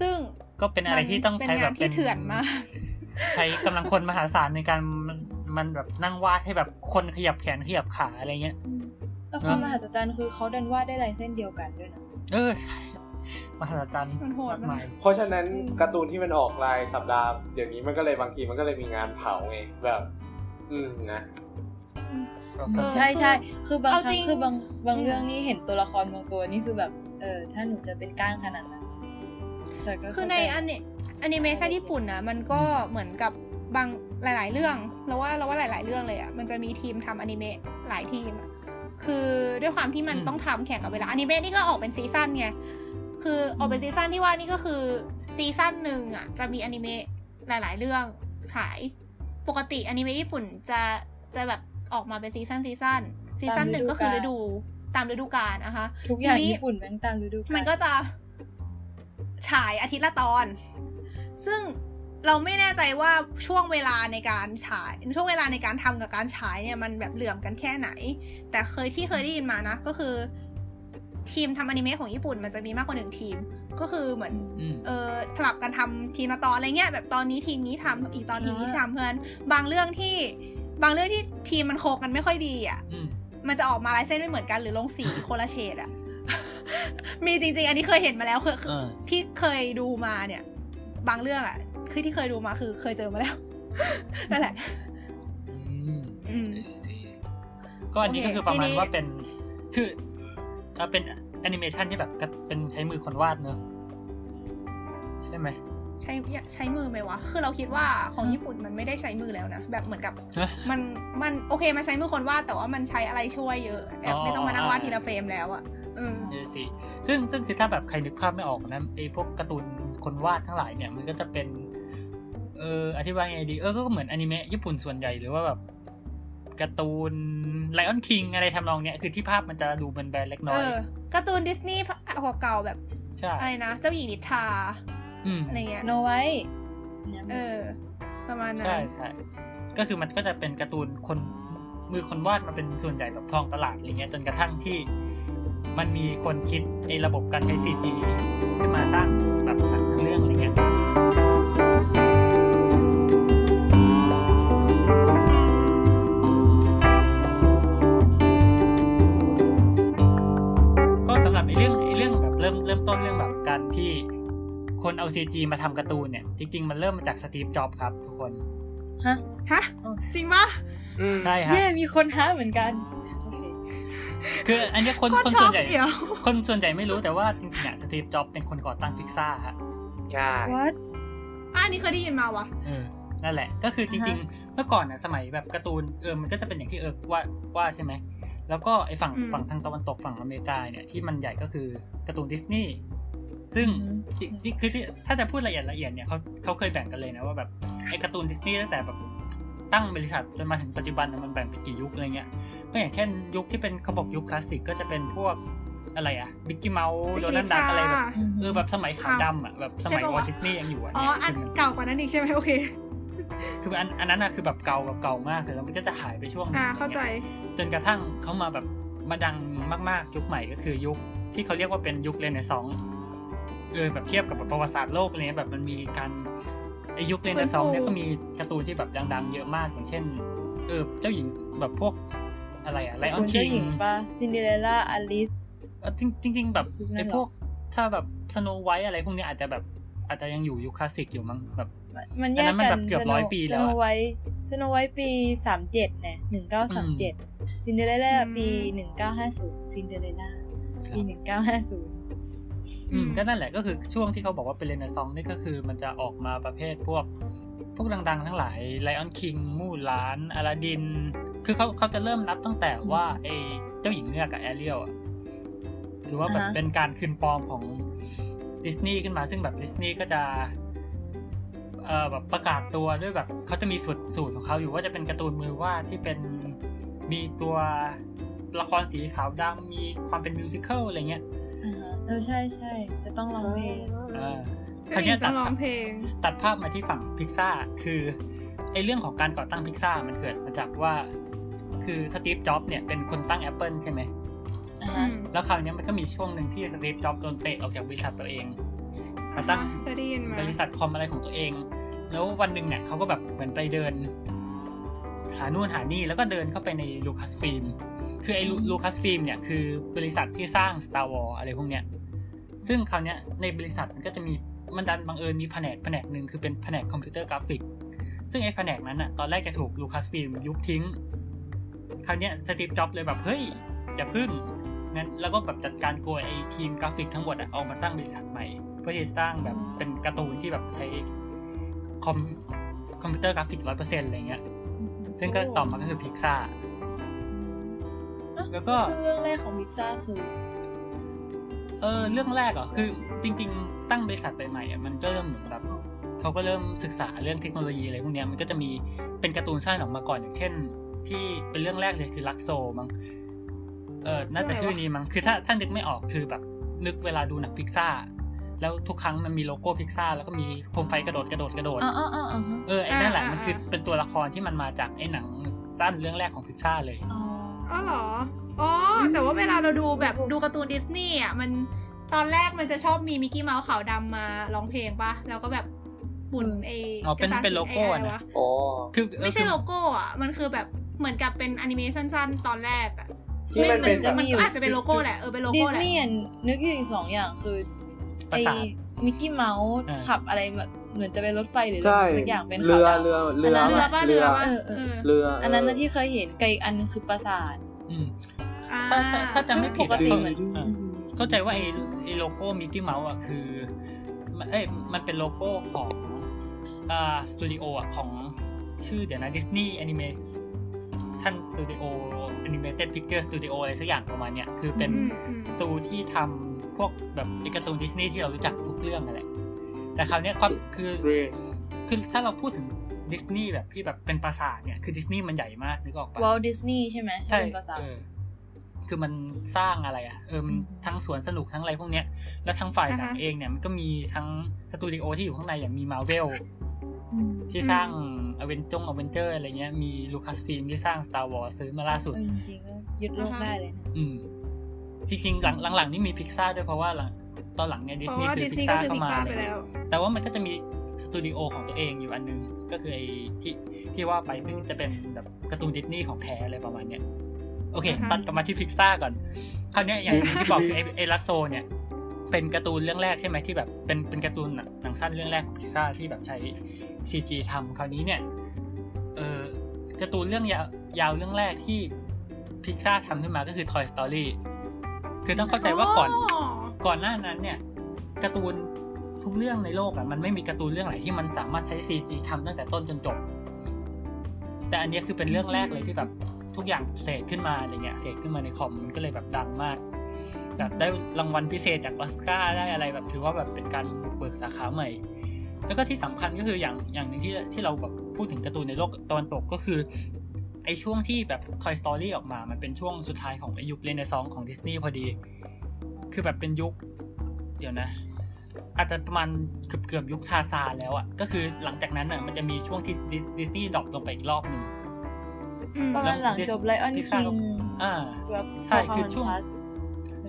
S6: ซึ่ง
S4: ก็เป็นอะไร
S6: มั
S4: ที่ต้องใช้
S6: เป็น
S4: แบ
S6: งา
S4: บ
S6: นที่เถื่อนมาก
S4: ใช้กำลังคนมหาศาลในการมันมันแบบนั่งวาดให้แบบคนขยับแขนขยับขาอะไรเงี้ย
S5: แต่ความม
S4: อ่ะ
S5: หัศจรรย์คือเขาดันวาดได้ลายเส้นเดียวกันด้วยนะ
S4: เออใช่มหาศาล
S6: มันโหด
S4: มากมาม
S6: าย ก
S3: เพราะฉะนั้นการ์ตูนที่มันออกรายสัปดาห์เดี๋ยวนี้มันก็เลยบางทีมันก็เลยมีงานเผาไงแบบ อืมนะ
S4: ก็
S6: เออ
S5: ใช่ใช่คือบางค
S6: เอาจ
S5: รั้
S6: ริ
S5: ง
S6: ง
S5: คือบางบางเรื่องนี่เห็นตัวละครบางตัวนี่คือแบบ เออ ถ้าหนูจะเป็นก้างขนาดนั้นแต่ก็
S6: คือในอันนี้แอนิเมชันญี่ปุ่นนะมันก็เหมือนกับบางหลาย ๆ เรื่องเราว่าเราว่าหลาย ๆ เรื่องเลยอะมันจะมีทีมทำแอนิเมะหลายทีมอะคือด้วยความที่มันต้องทำแข่งกับเวลาแอนิเมะนี่ก็ออกเป็นซีซั่นไง คือออกเป็นซีซั่นที่ว่านี่ก็คือซีซั่นหนึ่งอ่ะจะมีอนิเมะหลายๆ เรื่องฉาย ปกติอนิเมะญี่ปุ่นจะจะแบบออกมาเป็นซีซั่นซีซั่นซีซั่นหนึ่งก็คือฤดูตามฤดูกาลนะคะ
S5: ทุกอย่าง
S6: ทีนี้
S5: ญี่ปุ่นแม่งตามฤดูาล
S6: มันก็จะฉายอาทิตย์ละตอน ซึ่งเราไม่แน่ใจว่าช่วงเวลาในการฉาย ช่วงเวลาในการทำกับการฉายเนี่ยมันแบบเหลื่อมกันแค่ไหน แต่เคยที่เคยได้ยินมานะ ก็คือ ทีมทำอนิเมะของญี่ปุ่นมันจะมีมากกว่าหนึ่งทีม ก็คือเหมือน
S4: อืม
S6: เออสลับกันทำทีมละตอนอะไรเงี้ยแบบตอนนี้ทีมนี้ทำอีกตอนทีมนี้ทำเพื่อนบางเรื่องที่ บางเรื่องที่ทีมมันโคกันไม่ค่อยดีอ่ะ
S4: อืม
S6: มันจะออกมาลายเส้นไม่เหมือนกันหรือลงสีคนละเฉด
S4: *laughs*
S6: อะ มีจริง ๆ อันนี้เคยเห็นมาแล้วคือคือ
S4: เออ
S6: ที่เคยดูมาเนี่ย บางเรื่องอะคือที่เคยดูมาคือเคยเจอมาแล้ว *laughs* นั่นแหละ
S4: อืม
S6: อืม
S4: I see ก็อันนี้ก็
S6: โอเค
S4: คือประมาณ
S6: ทีนี้
S4: ว่าเป็นคือเอ่อเป็นแอนิเมชันที่แบบกระเป็นใช้มือคนวาดเนอะใช่ไหม
S6: ใช้ใช้มือไหมวะ คือเราคิดว่าของญี่ปุ่นมันไม่ได้ใช้มือแล้วนะ แบบเหมือนกับ
S4: ฮะ
S6: มันมันโอเคมันใช้มือคนวาดแต่ว่ามันใช้อะไรช่วยเยอะแบ
S4: อ๋
S6: บ
S4: อ
S6: ไม่ต้องมานั่งวาดทีละเฟรมแล้วอะอืม
S4: เอซีซึ่งซึ่งคือถ้าแบบใครนึกภาพไม่ออกนะไอ้พวกการ์ตูนคนวาดทั้งหลายเนี่ย มันก็จะเป็น เอออธิบายไงดี เออ ก็เหมือนอนิเมะญี่ปุ่นส่วนใหญ่หรือว่าแบบการ์ตูนไลออนคิงอะไรทำนองเนี้ย คือที่ภาพมันจะดูเป็นแบนๆเล็กน้
S6: เอ
S4: อย
S6: อการ์ตูนดิสนีย์เก่าๆแบบ
S4: ใช่
S6: อะไรนะเจ้าหญิงนิทรา
S4: อืม
S6: อะไรเงี้ย
S5: โนไว้เนี่ย
S6: เออ ประมาณนั้
S4: ใช่
S6: น
S4: ใช่ก็คือมันก็จะเป็นการ์ตูนคนมือคนวาดมาเป็นส่วนใหญ่แบบคลองตลาดอะไรเงี้ยจนกระทั่งที่ มันมีคนคิดไอ้ระบบการใช้ CG ขึ้นมาสร้างแบบหนังทั้งเรื่องอะไรเงี้ยก็สำหรับไอ้เรื่องไอ้เรื่องแบบเริ่มเริ่มต้นเรื่องแบบการที่คนเอา CG มาทำการ์ตูนเนี่ยจริงๆมันเริ่มมาจากสตีฟจ็อบส์ครับทุกคน
S5: ฮะ
S6: ฮะ จริงปะ
S3: อืม
S4: ใช่ฮะ
S5: แย่มีคนฮะเหมือนกันโอเค
S4: คืออันเนี้ยคน
S6: โคตร
S4: คน
S6: ช็
S4: ส่
S6: อ
S4: ว
S6: ก
S4: นใหญ่
S6: เดี๋ยว
S4: คนส่วนใหญ่ไม่รู้แต่ว่าจริงๆอ่ะสตีฟจ็อบเป็นคนก่อตั้งพิกซ่าฮะ
S3: ใช่
S5: what
S6: อ่ะอันนี้เคยได้ยินมาวะ
S4: เออ นั่นแหละ ก็คือจริงๆ เมื่อก่อนอ่ะสมัยแบบการ์ตูนเออ มันก็จะเป็นอย่างที่เออว่าว่าใช่ไหม แล้วก็ไอ้ฝั่ง
S6: อืม
S4: ฝั่งทางตะวันตกฝั่งอเมริกาเนี่ยที่มันใหญ่ก็คือการ์ตูนดิสนีย์ ซึ่ง
S5: อืม
S4: ที่ที่คือที่ถ้าจะพูดละเอียดละเอียดเนี่ยเขาเขาเคยแบ่งกันเลยนะว่าแบบไอ้การ์ตูนดิสนีย์ตั้งแต่แบบตั้งบริษัทจนมาถึงปัจจุบันน่ะมันแบ่งเป็นกี่ยุคอะไรเงี้ย ก็อย่างเช่นยุคที่เป็นเขาบอกยุคคลาสสิกก็จะเป็นพวกอะไรอะบิ๊กกี้เมาส์โดนัลด์ดักอะไรแบบ เออแบบสมัยขาวดำอ่ะแบบสมัย
S6: ใช่ปะ
S4: วอล
S6: วะ
S4: ดิสนีย์ยังอยู่อ่ะ
S6: อ๋อ อันเก่ากว่านั้นอีกใช่ไหมโอเค
S4: คือมันคืออันอันนั้นอ่ะคือแบบเก่าแบบเก่ามากเลยแล้วมันก็จะหายไปช่วงหนึ่ง
S6: อ่า เข้าใจ
S4: อย่งงี้ยจนกระทั่งเขามาแบบมาดังมากๆ ยุคใหม่ก็คือยุคที่เขาเรียกว่าเป็นยุคเรเนซองส์เออแบบเทียบกับแบบประวัติศาสตร์โลกอะไรเลยแบบมันมีการไอยุคเรเนซองส์เนี่ย
S6: ฟื้นฟู
S4: ก็มีการ์ตูนที่แบบดัง ๆ เยอะมากอย่างเช่นเออเจ้าหญิงแบบพวกอะไรอะไลออน
S5: คุณ
S4: คิ
S5: เจ้าง หญิงปะซินเดอเรลล่าอลิส
S4: เออจริงจริงๆแบบ
S5: ยุคนั้น
S4: ไอ้
S5: เหรอ
S4: พวกถ้าแบบสโนไวท์อะไรพวกเนี้ยอาจจะแบบอาจจะยังอยู่ยุคคลาสสิกอยู่มั้งแบบ
S5: มัน
S4: อั
S5: แย
S4: นนั้
S5: ก
S4: นมั
S5: กั
S4: นแบ
S5: น
S4: บเกือบร้อยปีแล้ว
S5: ส
S4: อะ
S5: โนไวท์สโนไวท์ปีสามเจ็ดนะหนึ่งเก้าสามเจ็ดซินเดอเรลล่า
S6: อืม
S5: ปีหนึ่งเก้าห้าศูนย์ซินเดอเรลล่า
S4: ครับ
S5: ปีหนึ่งเก้าห้าศูนย์
S4: อืมก็นั่นแหละก็คือช่วงที่เขาบอกว่าเป็นเรเนซองส์นี่ก็คือมันจะออกมาประเภทพวก พวกดังๆ ทั้งหลายไลออนคิงมูลาน อลาดิน คือเขาเขาจะเริ่มนับตั้งแต่ว่าไอ้เจ้าหญิงเงือกกับแอเรียลอะถือว่าแบบเป็นการคืนปลอมของดิสนีย์ขึ้นมาซึ่งแบบดิสนีย์ก็จะเอ่อแบบประกาศตัวด้วยแบบเขาจะมีสูตรสูตรของเขาอยู่ว่าจะเป็นการ์ตูนมือวาดที่เป็นมีตัวละครสีขาวดำมีความเป็นมิวสิควลอะไรเงี้ย
S5: อ่าฮะเออใช่ใช่จะต้องร้องเพลง
S4: เออคาวเนี้ย
S6: เจ้ารหญิงต้
S4: ตั
S6: อ
S4: ด
S6: งร้องเพลง
S4: ตัดภาพมาที่ฝั่งพิกซ่าคือไอเรื่องของการก่อตั้งพิกซ่ามันเกิดมาจากว่า คือสตีฟจ็อบเนี่ยเป็นคนตั้ง Apple ใช่ไหม
S5: อ่า
S6: อื
S5: ฮะ
S6: ม
S4: แล้วคราวเนี้ยมันก็มีช่วงหนึ่งที่สตีฟจ็อบโดนเตะออกจากบริษัทตัวเอง มาตั้ง
S6: อ่ะเคยได้ยินมา
S4: บริษัทคอมอะไรของตัวเอง แล้ววันหนึ่งเนี่ยเขาก็แบบเหมือนไปเดิน หานู่นหานี่แล้วก็เดินเข้าไปในลูคัสฟิล์มคือไอ้ลูคัสฟิล์มเนี่ยคือบริษัทที่สร้าง Star War อะไรพวกเนี้ยซึ่งคราวเนี้ยในบริษัทมันก็จะมีมันดันบังเอิญมีแผนกแผนกหนึ่งคือเป็นแผนกคอมพิวเตอร์กราฟิก ซึ่งไอ้แผนกนั้นอ่ะตอนแรกจะถูกลูคัสฟิล์มยุบทิ้ง คราวเนี้ยสตีฟจ็อบเลยแบบเฮ้ยอย่าพึ่งงั้นแล้วก็แบบจัดการโกยไอ้ทีมกราฟิกทั้งหมดอ่ะออกมาตั้งบริษัทใหม่ เพื่อที่จะสร้างแบบเป็นการ์ตูนที่แบบใช้คอมคอมพิวเตอร์กราฟิกร้อยเปอร์เซ็นต์อะไรเงี้ย ซึ่งก็ต่อมาก็คือพิกซ่า
S5: อ่ะ
S4: แล้วก็
S5: ซึ่งเรื่องแรกของพิซซ่าคือ
S4: เออเรื่องแรกเหรอ่ะคือ จริง ๆ ตั้งบริษัทใหม่ๆอ่ะมันก็เริ่มเหมือนแบบเขาก็เริ่มศึกษาเรื่องเทคโนโลยีอะไรพวกเนี้ยมันก็จะมีเป็นการ์ตูนสั้นออกมาก่อนอย่างเช่น ที่เป็นเรื่องแรกเลยคือลักโซมั้งเออน่าจะชื่อนี้มั้งคือถ้าถ้านึกไม่ออกคือแบบนึกเวลาดูหนังพิกซ่าแล้วทุกครั้งมันมีโลโก้พิกซ่าแล้วก็มีโคมไฟกระโดดกระโดดกระโดด
S5: อ๋ออ๋ออ๋ออ๋อฮะ
S4: เออไอ้นั่นแหละ
S6: อ่ามั
S4: มันคือ
S6: อ่า
S4: เป็นตัวละครที่มันมาจากไอ้หนังสั้นเรื่องแรกของพิซซ่าเลย
S5: อ๋อ
S6: อ๋อเหรอ อ๋อ แต่ว่าเวลาเราดูแบบดูการ์ตูนดิสนีย์อ่ะ มันตอนแรกมันจะชอบมีมิกกี้เมาส์ขาวดำมาร้องเพลงปะแล้วก็แบบหมุนไอ้
S4: อ๋อเป็น
S6: กระสาน
S4: เป็นโลโก้อะ
S6: ไอ้อะไร
S4: นะ
S6: วะ
S3: โอ้
S4: คือเออ
S6: ไม่ใช่
S4: คือ
S6: โลโก้อ่ะ มันคือแบบเหมือนกับเป็นแอนิเมชันสั้นๆตอนแรกอ่ะ
S3: ที่มันเป็นแบ
S5: จะ
S3: บ
S5: มี
S6: มันก็อาจจะเป็นโลโก้แหละ เออ เป็นโล
S5: ดิ
S6: โก้
S5: ส
S6: แหละ
S5: นีย์อะนึกอยู่อีกสองอย่างคือ
S4: ป
S5: ไอ้
S4: ระสาท
S5: มิกกี้เมาส์
S4: อ่า
S5: ขับอะไรแบบเหมือนจะเป็นรถไฟหรืออะไร
S3: ใช่
S5: สักอย่างเป็นขาว
S3: เรือ
S5: ดำ
S3: เรือ
S5: เรื
S3: เรือ อ
S6: เรือปะเรือปะ
S5: เออเออ
S6: เออ
S3: เรือ
S5: อันนั้นนะที่เคยเห็นไกลอีกอันนึงคือปราสาท
S4: อืม
S6: อ่า
S4: ถ้าถ้าถ้าจำไม่ผิด
S5: ปก
S4: อะ
S5: ติ
S4: เขา
S5: เหมือน
S4: เออเข้าใจว่าไอ้ไอ้โลโก้มิกกี้เมาส์อ่ะคือมันเอ้ยมันเป็นโลโก้ของอ่าสตูดิโออ่ะของชื่อเดี๋ยวนะดิสนีย์แอนิเมชันสตูดิโอแอนิเมเต็ดพิกเกอร์สตูดิโออะไรสักอย่างประมาณเนี้ยคือเป็น
S6: อืมอืม
S4: สตูที่ทำพวกแบบไอ้การ์ตูนดิสนีย์ที่เรารู้จักทุกเรื่องนั่นแหละ แต่คราวเนี้ยความคือคือถ้าเราพูดถึงดิสนีย์แบบที่แบบเป็นปราสาทเนี่ยคือดิสนีย์มันใหญ่มากนึกออกปะ
S5: วอลดิสนีย์ใช่ไหม
S4: ใช่
S5: เป็นปราสาท
S4: เออคือมันสร้างอะไรอ่ะเออมันทั้งสวนสนุกทั้งอะไรพวกเนี้ย แล้วทางฝ่ายหนังเองเนี่ยมันก็มีทั้งสตูดิโอที่อยู่ข้างในอย่างมีมาเวลที่สร้างอเวนจงอเวนเจอร์อะไรเงี้ยมีลูคัสฟิล์มที่สร้าง Star Wars ซื้อมาล่าสุด
S5: เออจริงๆก็ยึดโลกได้เลยนะ
S4: อืมจริงๆหลังหลังๆนี่มีพิกซ่าด้วยเพราะว่าหลังตอนหลังเนี่ยดิส
S6: เพราะ
S4: นีย์
S6: ว่า
S4: ซื้
S6: ดิ
S4: อ
S6: ส
S4: พิ
S6: นี
S4: ก
S6: ย์ก็
S4: ซ่า
S6: คือ
S4: เข้า
S6: พิก
S4: มา
S6: ซ่า
S4: เล
S6: ไป
S4: ย
S6: แล้ว
S4: แต่ว่ามันก็จะมีสตูดิโอของตัวเองอยู่อันนึง ก็คือไอ้ที่ที่ว่าไปซึ่งจะเป็นแบบการ์ตูนดิสนีย์ของแท้อะไรประมาณเนี้ยโอเค
S6: อ่าฮะ
S4: ตัดกลับมาที่พิกซ่าก่อน คราวเนี้ยอย่างที่บอกคือไอ้ไอ้ลัสโซเนี่ยเป็นการ์ตูนเรื่องแรกใช่ไหมที่แบบเป็นเป็นการ์ตูนหนังสั้นเรื่องแรกของพิกซ่าที่แบบใช้ซีจีทำคราวนี้เนี่ย เออการ์ตูนเรื่องยาวยาวเรื่องแรกที่พิกซ่าทำขึ้นมาก็คือ Toy Story คือต้องเข้าใจว่าก่อน
S6: อ๋อ
S4: ก่อนหน้านั้นเนี่ยการ์ตูนทุกเรื่องในโลกอะมันไม่มีการ์ตูนเรื่องไหนที่มันสามารถใช้ซีจีทำตั้งแต่ต้นจนจบ แต่อันเนี้ยคือเป็นเรื่องแรกเลยที่แบบทุกอย่างเสกขึ้นมาอะไรเงี้ยเสกขึ้นมาในคอมมันก็เลยแบบดังมากแบบได้รางวัลพิเศษจากออสการ์ได้อะไรแบบถือว่าแบบเป็นการบุกเบิกสาขาใหม่ แล้วก็ที่สำคัญก็คืออย่างอย่างหนึ่งที่ที่เราแบบพูดถึงการ์ตูนในโลกตะวันตกก็คือไอช่วงที่แบบ Toy Story ออกมา มันเป็นช่วงสุดท้ายของไอยุคเรเนซองของดิสนีย์พอดี คือแบบเป็นยุค เดี๋ยวนะ อาจจะประมาณเกือบเกือบยุคทาซานแล้วอะก็คือหลังจากนั้นอะมันจะมีช่วงที่ดิสดิสนีย์ดรอปลงไปอีกรอบหนึ่ง
S5: ประมาณหลังจบไลออน
S4: พิซซ่า
S5: คิง
S4: ก็ อ่า
S5: แบบ
S4: ใช่คือช่ว
S5: พ
S4: ง
S5: อมันพลัส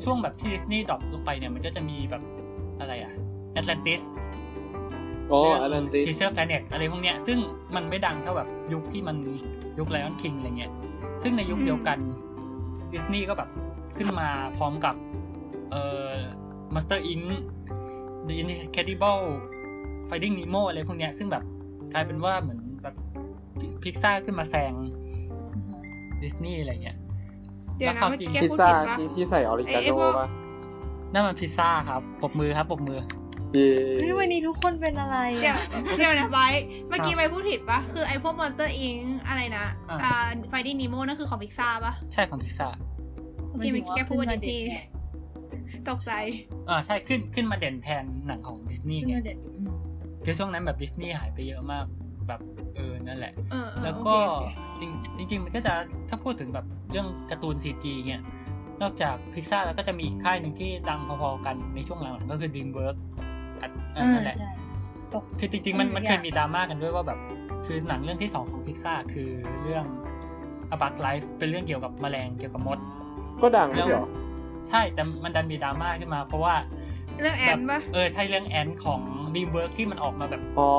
S4: ช่วงแบบที่ดิสนีย์ดรอปลงไปเนี่ยมันก็จะมีแบบอะไรอะแอตแลนติส
S2: โอ้อลันติส
S4: ทีเชอร์แพลเน็ตอะไรพวกเนี้ย ซึ่งมันไม่ดังเท่าแบบยุคที่มันยุคไลออนคิงอะไรเงี้ย ซึ่งในยุค
S6: อืม
S4: เดียวกันดิสนีย์ก็แบบขึ้นมาพร้อมกับเอ่อมาสเตอร์อิงเดอะอินเคดิเบิลไฟดิ้งนีโมอะไรพวกเนี้ย ซึ่งแบบกลายเป็นว่าเหมือนแบบพิกซ่าขึ้นมาแซงดิสนีย์อะไรเงี้ย
S6: เดี๋ยวนะ
S4: แล้วคราว
S6: เมื่อกี้แก
S2: พิซ
S6: พูด
S2: ซ่า
S6: ผิดปะ
S2: ที่ที่ใส่ออริกา
S6: ไอ้
S2: โน่
S6: พวก
S2: ป่ะ
S4: นั่นมันพิซซ่าครับปรบมือครับปรบมือ
S2: เย่
S5: เฮ้ยวันนี้ทุกคนเป็นอะไรอะ
S6: เดี๋ยวเดี๋ยวนะไบร์ทเมื่อกี้ไบร์ทพูดผิดปะคือไอพวกมอนเตอร์อิงอะไรนะ
S4: อ่า
S6: อ่าไฟดิ้งนีโมนั่นคือของพิกซ่าปะ
S4: ใช่ของพิซซ่า
S6: เมื่อกี้เมื่อกี้แกพูดว่าดิสนีย์ ตกใจ
S4: อ่าใช่ขึ้นขึ้นมาเด่นแทนหนังของดิสนีย์
S5: ขึ้น
S4: ไง
S5: มาเด็ดอืม
S4: คือช่วงนั้นแบบดิสนีย์หายไปเยอะมากแบบเออนั่นแหละ
S6: เออเออ
S4: แล้ว
S6: โอเค
S4: ก็
S6: โอเค
S4: จริงจริง ๆ มันก็จะถ้าพูดถึงแบบเรื่องการ์ตูนซีจีเนี่ยนอกจากพิกซ่าแล้วก็จะมีอีกค่ายหนึ่งที่ดังพอๆกันในช่วงหลังๆก็คือ DreamWorks อัดอ่ะ
S5: อ่า
S4: นั่นแหละ
S5: ใช่
S4: คือจริงๆมัน
S5: อืม
S4: มัน
S5: อ
S4: เค
S5: ยาก
S4: ยมีดราม่ากันด้วยว่าแบบคือหนังเรื่องที่สองของพิกซ่าคือเรื่อง A Bug Life เป็นเรื่องเกี่ยวกับแมลงเกี่ยวกับมด
S2: ก็ดังไม่ใช่เหรอ
S4: ใช่แต่มันดันมีดราม่าขึ้นมา เพราะว่า
S6: เรื่องแอ
S4: แบ
S6: น
S4: บ
S6: ปะ
S4: เออใช่เรื่องแอนของ DreamWorks ที่มันออกมาแบบ
S2: อ๋อ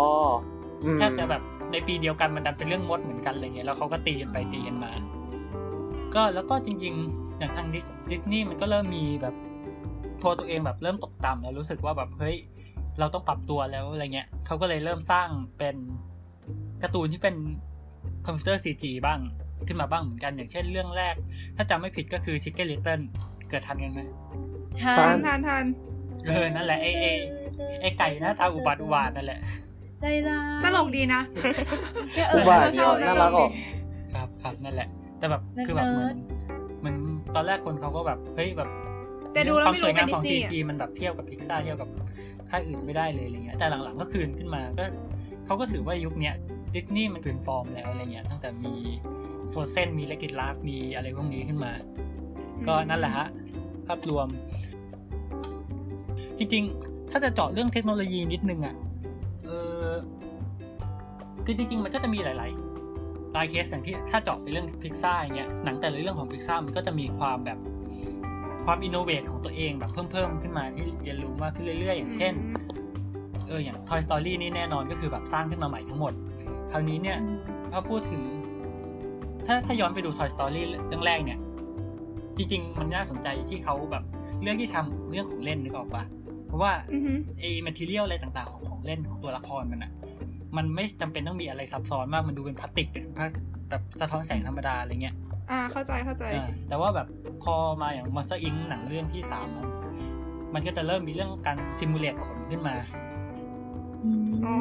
S2: อืม
S4: แทบจะแบบในปีเดียวกันมันดันเป็นเรื่องมดเหมือนกันอะไรเงี้ยแล้วเขาก็ตีกันไปตีกันมา ก็แล้วก็จริงๆ อย่างทางดิสดิสนีย์มันก็เริ่มมีแบบตัวตัวเองแบบเริ่มตกต่ำแล้วรู้สึกว่าแบบเฮ้ยเราต้องปรับตัวแล้วอะไรเงี้ยเขาก็เลยเริ่มสร้างเป็นการ์ตูนที่เป็นคอมพิวเตอร์ซีจีบ้างขึ้นมาบ้างเหมือนกันอย่างเช่นเรื่องแรก ถ้าจำไม่ผิดก็คือชิคเก้นลิตเติ้ลเกิดทันกันไหม
S5: ใช่
S6: ทันทันทัน
S4: เออนั่นแหละไอไอไอไก่หน้าตาอุบัติอุบาทนั่นแหละ
S5: ใจร้าย
S6: ตลกดีนะ
S5: แค่เอ
S2: อุ
S5: อ
S2: บาทเดียวน่ารักออก
S4: ครับครับนั่นแหละ แต่แบบ
S5: เนิร์ด
S4: คือแบบเหมือ
S5: เนิร์
S4: น
S5: ด
S4: เหมือนตอนแรกคนเขาก็แบบเฮ้ยแบบ
S6: แต่ดูแล้ว
S4: ความ
S6: ไม่
S4: ส
S6: รู้
S4: วยงาม
S6: เป็น
S4: ของ
S6: ดิสนีย์
S4: CG มันแบบเทียบกับพิกซาเทียบกับค่ายอื่นไม่ได้เลยอะไรเงี้ยแต่หลังๆก็คืนขึ้นมาก็เขาก็ถือว่ายุคเนี้ยดิสนีย์มันคืนฟอร์มแล้วอะไรเงี้ยตั้งแต่มีโฟเซนมีเลกิตลาฟมีอะไรพวกนี้ขึ้นมา ก็นั่นแหละฮะภาพรวม จริงๆ ถ้าจะเจาะเรื่องเทคโนโลยีนิดนึงอ่ะ เออคือจริง ๆ มันก็จะมีหลายๆหลายเคสอย่างที่ถ้าเจาะไปเรื่องพิกซ่าอย่างเงี้ยหนังแต่ละเรื่องของพิกซ่ามันก็จะมีความแบบความอินโนเวทของตัวเองแบบเพิ่มๆ ขึ้นมาที่เรียนรู้มากขึ้นเรื่อยๆ อย่างเช่น เอออย่าง Toy Story นี่แน่นอนก็คือแบบสร้างขึ้นมาใหม่ทั้งหมด คราวนี้เนี่ย ถ้าพูดถึง ถ้าถ้าย้อนไปดู Toy Story เรื่องแรกเนี่ย จริง ๆ มันน่าสนใจที่เขาแบบเรื่องที่ทำเรื่องของเล่นนึกออกปะเพราะว่า
S6: อือฮึ
S4: ไอ้ม a ท e เ i ียลอะไรต่างๆ ของของเล่นของตัวละครมันอะมันไม่จำเป็นต้องมีอะไรซับซ้อนมากมันดูเป็นพลาสติกเป็นพลาสแบบสะท้อนแสงธรรมดาอะไรเงี้ย
S6: อ่าเข้าใจเข้าใจ
S4: อ่าแต่ว่าแบบพอมาอย่าง Monster Inc หนังเรื่องที่สามมันมันก็จะเริ่มมีเรื่องการซิมูเลตขนขึ้นมา
S5: อืม
S6: อ๋อ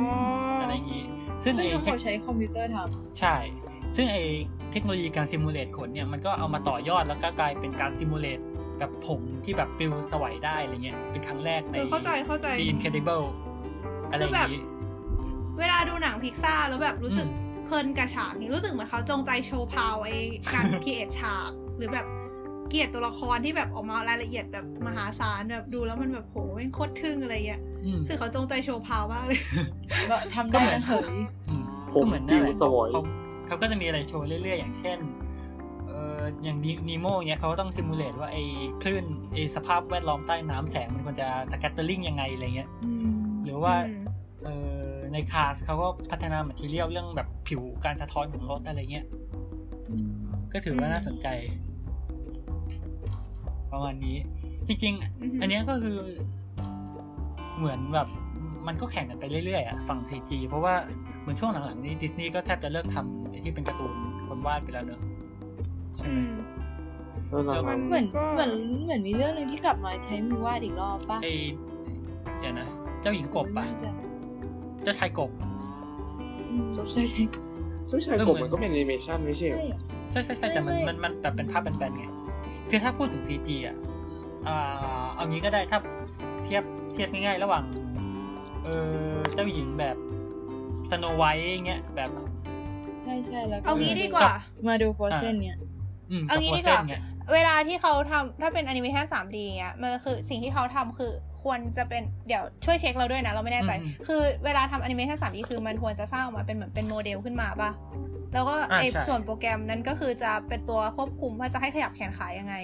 S4: อะไร
S6: อ
S4: อย่างงี้ ซึ่ง
S5: ซึ่ง
S4: ไอ้
S5: ทุก
S4: เท
S5: คน
S4: ค
S5: ใช้คอมพิวเตอร์ท
S4: ใช่ ซึ่งไอเทคโนโลยีการซิมูเลตขนเนี่ย มันก็เอามาต่อยอดแล้วก็กลายเป็นการซิมูเลตแบบผมที่แบบปลิวสวัยได้อะไรเงี้ย เป็นครั้งแรกใน
S6: เออเข้าใจเข้าใจ
S4: The Incredible อะไรอย่างงี้
S6: เวลาดูหนังพิกซ่าแล้วแบบรู้สึกเพลินกับฉากนี้รู้สึกเหมือนเขาจงใจโชว์พาวไอ้การ ครีเอทฉาก หรือแบบเกลียดตัวละครที่แบบออกมารายละเอียดแบบมหาศาลแบบดูแล้วมันแบบโหแม่งโคตรทึ่งอะไรเงี้ย
S4: อืม
S6: รู้สึกเขาจงใจโชว์พาวมากเลย
S5: ำก็ทำ
S4: ก็
S5: ได้
S4: เหมือน
S5: นะเฮ้ย
S4: อืม
S2: ผ
S4: ก็
S2: ม
S4: เหมือน
S2: ปิ
S4: นั่
S2: ว
S4: นแหละ
S2: สวอย
S4: เขาเขาก็จะมีอะไรโชว์เรื่อยๆ อย่างเช่น เอออย่างนีโมเนี่ยเขาก็ต้องซิมูเลตว่าไอคลื่นไอสภาพแวดล้อมใต้น้ำแสงมันควรจะสแกตเตอร์ลิงยังไงอะไรเงี้ย หรือว่า
S6: อืม
S4: เออในคาสเขาก็พัฒนาแมทเทียลเรื่องแบบผิวการสะท้อนของรถอะไรเงี้ย ก็ถือว่าน่าสนใจ ประมาณนี้ จริง ๆ อันเนี้ยก็คือเหมือนแบบมันก็แข่งกันไปเรื่อยๆอะฝั่ง CG เพราะว่าเหมือนช่วงหลังๆนี้ดิสนีย์ก็แทบจะเลิกทำไอ้ที่เป็นการ์ตูนคนวาดไปแล้วเนอะใช่
S6: อื
S4: ไหม
S6: ม
S2: นั่นแหละ
S4: แล้ว
S2: ค
S4: มั
S2: รับ
S4: น
S5: เหมือน
S6: ก็
S5: เหมือนเหมือนมีเรื่องหนึ่งที่กลับมาใช้มือวาดอีกรอบป่ะ
S4: ไอเดี๋ยวนะ เจ้าหญิงกบปะ
S5: น่าจ
S4: เจ้าชายกบ
S5: อืมใช่ใช่
S2: ช่วยชายกบมันก็เป็นแอนิเมชันไม่ใช่เหรอ
S4: ใช่ใช่ใช่แต่มัน
S5: ไม่ไม่
S4: มันมันแต่เป็นภาพแบนๆไงคือถ้าพูดถึง CG อ่ะอ่าเอางี้ก็ได้ถ้าเทียบเทียบง่ายๆ ระหว่างเออเจ้าหญิงแบบสโนไวท์เงี้ยแบบ
S5: ใช่ใช่แล้ว
S6: เอางี้ดีกว่า
S5: มาดูโฟเซนเนี่ย
S4: อืม
S6: เอางี้
S4: บ
S6: ดีกว่า
S4: Frozen เงี้ย
S6: เวลาที่เขาทำถ้าเป็นแอนิเมชัน 3D เงี้ยมันก็คือสิ่งที่เขาทำคือควรจะเป็นเดี๋ยวช่วยเช็คเราด้วยนะ เราไม่แน่ใจ คือเวลาทำแอนิเมชัน 3D คือมันควรจะสร้างออกมาเป็นเหมือนเป็นโมเดลขึ้นมาป่ะ แล้วก็
S4: อ่า
S6: ไอ
S4: ใช่
S6: ส่วนโปรแกรมนั้นก็คือจะเป็นตัวควบคุมว่าจะให้ขยับแขนขายังไง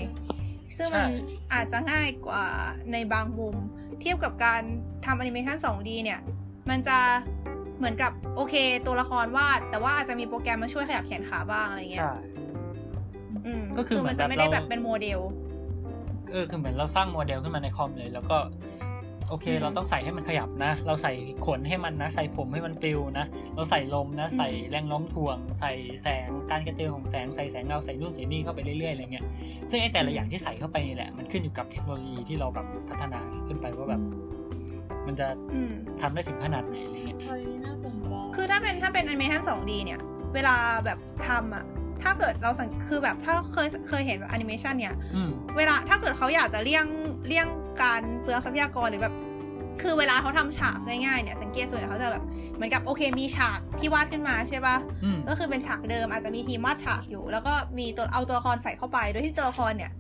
S6: ซึ่งมันอาจจะง่ายกว่าในบางมุม เทียบกับการทำแอนิเมชัน 2D เนี่ย มันจะเหมือนกับโอเค ตัวละครวาด แต่ว่าอาจจะมีโปรแกรมมาช่วยขยับแขนขาบ้างอะไรเงี้ย
S4: ใช่
S6: อืม
S4: ก็คือ
S6: มันจะ
S4: เหมื
S6: ไม่
S4: อนแบบ
S6: ได้
S4: เรา
S6: แบบเป็นโมเดล
S4: เออคือเหมือนเราสร้างโมเดลขึ้นมาในคอมเลย แล้วก็ โอเค
S6: อืม
S4: เราต้องใส่ให้มันขยับนะ เราใส่ขนให้มันนะ ใส่ผมให้มันปลิวนะ เราใส่ลมนะ
S6: อืม
S4: ใส่แรงโน้มถ่วง ใส่แสงการกระเตือของแสงใส่แสงเงาใส่นู่นใส่นี่เข้าไปเรื่อยๆอะไรเงี้ยซึ่งไอ้แต่ละอย่างที่ใส่เข้าไปนี่แหละมันขึ้นอยู่กับเทคโนโลยีที่เราแบบพัฒนาขึ้นไปว่าแบบ มันจะ
S6: อืม
S4: ทำได้ถึงขนาดไหนอะไรเงี้ย
S5: เฮ้ยน่าสนใจ
S6: คือถ้าเป็นถ้าเป็นแอนิเมชัน 2D เนี่ย เวลาแบบทำอะถ้าเกิดเราสังคือแบบถ้าเคยเคยเห็นแบบแอนิเมชันเนี่ย
S4: อืม
S6: เวลาถ้าเกิดเขาอยากจะเลี่ยงเลี่ยงการเปลืองทรัพยากรหรือแบบ คือเวลาเขาทำฉากง่ายๆเนี่ย สังเกตส่วนใหญ่เขาจะแบบเหมือนกับโอเคมีฉากที่วาดขึ้นมาใช่ปะ่ะ
S4: อืม
S6: ก็คือเป็นฉากเดิมอาจจะมีทีมวาดฉากอยู่ แล้วก็มีตัวเอาตัวละครใส่เข้าไป โดยที่ตัวละครเนี่ย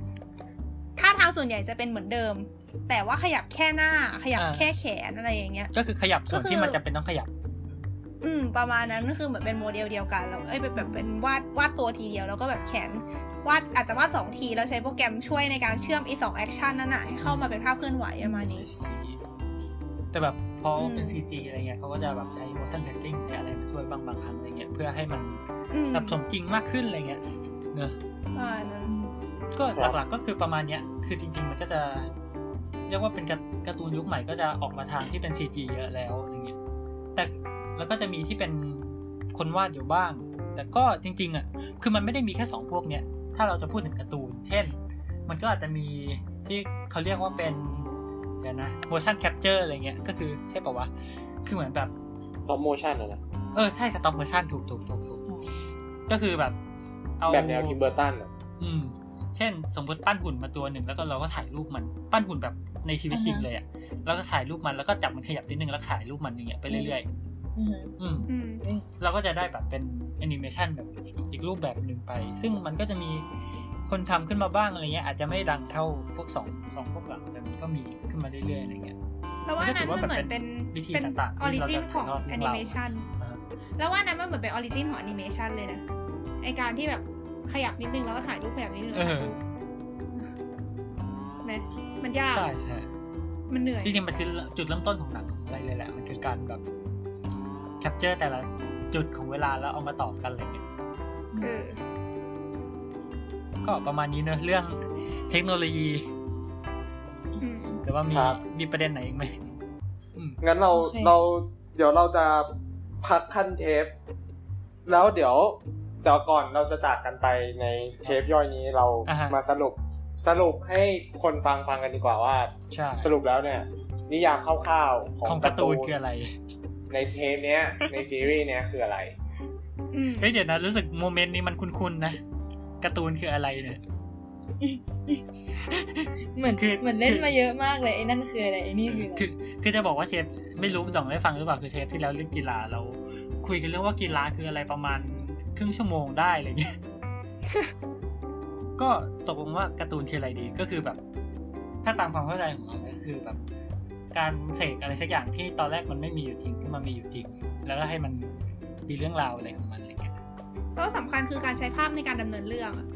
S6: ท่าทางส่วนใหญ่จะเป็นเหมือนเดิม แต่ว่าขยับแค่หน้าขยับ
S4: อ่า
S6: แค่แขนอะไรอย่างเงี้ย
S4: ก็คือขยับส่วน
S6: ก็คือ
S4: ที่มันจำเป็นต้องขยับ
S6: อืมประมาณนั้นก็คือเหมือนเป็นโมเดลเดียวกันแล้วเอ้ยเป็นแบบเป็นวาดวาดตัวทีเดียวแล้วก็แบบแขนวาดอาจจะวาดสองทีแล้วใช้โปรแกรมช่วยในการเชื่อมไอีสองแอคชั่นนั่นน่ะให้เข้ามาเป็นภาพเคลื่อนไหวประมาณนี้
S4: แต่แบบพอเป็น
S6: อืม
S4: CG อะไรเงี้ยเขาก็จะแบบใช้ motion tracking ใช้อะไรมาช่วยบางบางครั้งอะไรเงี้ยเพื่อให้มัน
S6: อืม
S4: แบบสมจริงมากขึ้นอะไรเงี้ยเนอะ
S6: ประมาณนั้น
S4: ก็
S2: ครับ
S4: หลักๆก็คือประมาณเนี้ยคือจริง ๆ มันก็จะเรียกว่าเป็นการการ์ตูนยุคใหม่ก็จะออกมาทางที่เป็น CG เยอะแล้วอะไรเงี้ยแต่แล้วก็จะมีที่เป็นคนวาดอยู่บ้าง แต่ก็จริง ๆอ่ะคือมันไม่ได้มีแค่สองพวกเนี้ยถ้าเราจะพูดถึงการ์ตูน เช่น มันก็อาจจะมีที่เขาเรียกว่าเป็นเดี๋ยวนะ motion capture อะไรเงี้ย ก็คือใช่ป่าวะ คือเหมือนแบบ
S2: ซอมโมชั่นอะนะ
S4: เออ ใช่ stop motion ถูกถูกถูกถูก
S5: อ๋อ
S4: ก็คือแบบ เอา
S2: แบบแนวทิมเบอร์ตันอะ
S4: อืม เช่น สมมติปั้นหุ่นมาตัวหนึ่งแล้วก็เราก็ถ่ายรูปมันปั้นหุ่นแบบในชีวิตจริงเลยอ่ะแล้วก็ถ่ายรูปมันแล้วก็จับมันขยับนิดนึงแล้วถ่ายรูปมันอย่างเงี้ยไปเรื่อย
S5: อืม
S4: ๆอืม
S6: อืม
S4: เราก็จะได้แบบเป็นแอนิเมชันแบบอีกรูปแบบหนึ่งไป ซึ่งมันก็จะมีคนทำขึ้นมาบ้างอะไรเงี้ย อาจจะไม่ดังเท่าพวกสองสองพวกหลังแต่มันก็มีขึ้นมาเรื่อยๆอะไรเงี้ย
S6: แล้วว่าอันนั้นมันเหมือนเป็น
S4: วิธี
S6: เป็น
S4: ต่างๆ
S6: ออริจิน
S4: ที่
S6: ข
S4: เรา
S6: อง
S4: จะถ่ายทอดเรื่องราว
S6: แอนิเมชัน
S4: อ่า
S6: แล้วว่าอันนั้นมันเหมือนเป็นออริจินของแอนิเมชันเลยนะไอการที่แบบขยับนิดนึงแล้วก็ถ่ายรูปขยับนิดนึง
S4: เอ
S6: แล้วก็
S4: อ
S6: ถ่ายรูปไหมมันยาก
S4: ใช่ใช่
S6: มันเหนื่อย
S4: จริงๆมันคือจุดเริ่มต้นของหนังอะไรเลยแหละ มันคือการแบบแคปเจอร์แต่ละจุดของเวลาแล้วเอามาต่อกันอะไรเงี้ย
S6: เออ
S4: ก็ประมาณนี้เนอะเรื่องเทคโนโลยี
S6: อืม
S4: แต่ว่ามี
S2: ครับ
S4: มีประเด็นไหนอีกไหมอืม
S2: งั้นเราเราเดี๋ยวเราจะพักขั้นเทป แล้วเดี๋ยว
S3: เดี๋ยวก่อนเราจะจากกันไปในเทปย่อยนี้เรา
S4: อ่าฮะ
S3: มาสรุปสรุปให้คนฟังฟังกันดีกว่าว่า
S4: ใช่
S3: สรุปแล้วเนี่ย นิยามคร่าวๆข
S4: ขอ
S3: อง ง
S4: การ์ตูนคืออะไร
S3: ในเทปเนี้ *laughs* ย ในซีรีส์เนี้ยคืออะไร
S6: อืม
S4: เฮ้ยเดี๋ยวนะรู้สึกโมเมนต์นี้มันคุ้นๆนะการ์ตูนคืออะไรเนี่ย
S5: เหมือน
S4: คือ
S5: เหมือนเล่นมาเยอะมากเลยไอ้นั่นคืออะไรไอ้นี่คืออะไร
S4: คือคือจะบอกว่าเทปไม่รู้จ่องได้ฟังหรือเปล่าคือเทปที่แล้วเรื่องกีฬาเราคุยกันเรื่องว่ากีฬาคืออะไรประมาณครึ่งชั่วโมงได้อะไร
S5: *laughs*
S4: เงี้ย ก็ตกลงว่าการ์ตูนคืออะไรดีก็คือแบบ ถ้าตามความเข้าใจของเราก็คือแบบ การเสกอะไรสักอย่างที่ตอนแรกมันไม่มีอยู่จริงที่มันมีอยู่จริง แล้วก็ให้มันมีเรื่องราวอะไรของมันอะไรเงี้ย
S6: แล้วสำคัญคือการใช้ภาพในการดำเนินเรื่องอะ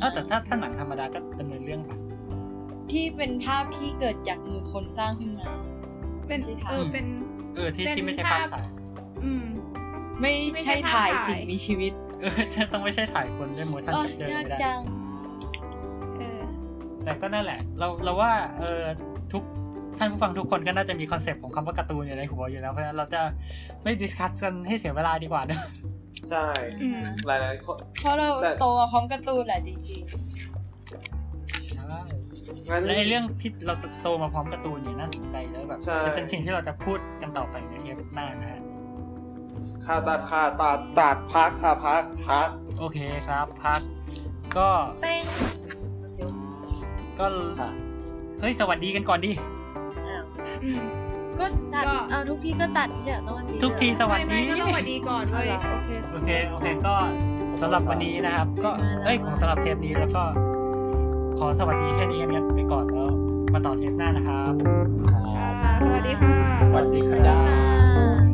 S4: เอ้าแต่ถ้าถ้าหนังธรรมดาก็ดำเนินเรื่องไป
S5: ที่เป็นภาพที่เกิดจากมือคนสร้างขึ้นมา
S6: เป็น
S5: ที่ถ่าย
S6: เออเป็น
S4: เออที่
S6: เป็น
S4: ที่ไม่ใช่
S6: ภา
S4: ภา
S6: พ
S4: พถ่าย
S6: อืม
S5: ไม่
S6: ไม่ใช่
S5: ใช่ถ่าย
S6: ภาพถ่าย
S5: สิ่งมีชีวิต
S4: เออจะต้อง *laughs* ไม่ใช่ถ่ายคนด้วย motion
S5: เอ้ย
S4: capture
S5: ยาก
S4: ไม่ได้
S5: จัง
S6: เออ
S4: แต่ก็นั่นแหละ เราเราว่าเออทุกท่านผู้ฟังทุกคนก็น่าจะมีคอนเซปต์ของคำว่าการ์ตูนอยู่ในหัวอยู่แล้ว เพราะฉะนั้นเราจะไม่ดิสคัสกันให้เสียเวลาดีกว่าเนอะ
S3: ใช่
S6: อืม
S3: หลายๆคน
S5: เพราะเรา
S3: แต่
S5: โตมาพร้อมการ์ตูนแหละจริง
S3: งั้น
S4: และไอ้เรื่องที่เราโตมาพร้อมการ์ตูนเนี่ยน่าสนใจแล้วแบบ
S3: ใช่
S4: จะเป็นสิ่งที่เราจะพูดกันต่อไปในเทปหน้านะฮะ
S3: คาตาคาตาตัดพักคาพักพัก
S4: โอเคครับพักก็
S6: เต้ง
S5: ๆเดี๋ยว
S4: ก็
S2: ค่ะ
S4: เฮ้ยสวัสดีกันก่อนดิ
S5: อ้าว
S6: อืม
S5: ก็ตัด
S6: ก็
S5: เอาทุกทีก็ตัดที่จะต้องวันนี้
S4: ทุกทีสวัส
S6: ไม่
S4: ดี
S6: ไม่ก็ต้องสวัสดีก่อน
S5: เอา
S6: เว้ย
S5: เหรอโอเค
S4: โอเค โอเค ก็สำหรับวันนี้นะครับ ก็ เอ้ย ของสำหรับเทปนี้แล้วก็ ขอสวัสดีแค่นี้กันไปก่อนแล้ว มาต่อเทปหน้านะครับ
S6: อ่าสวัสดีค่ะ
S4: สวัสดีครับ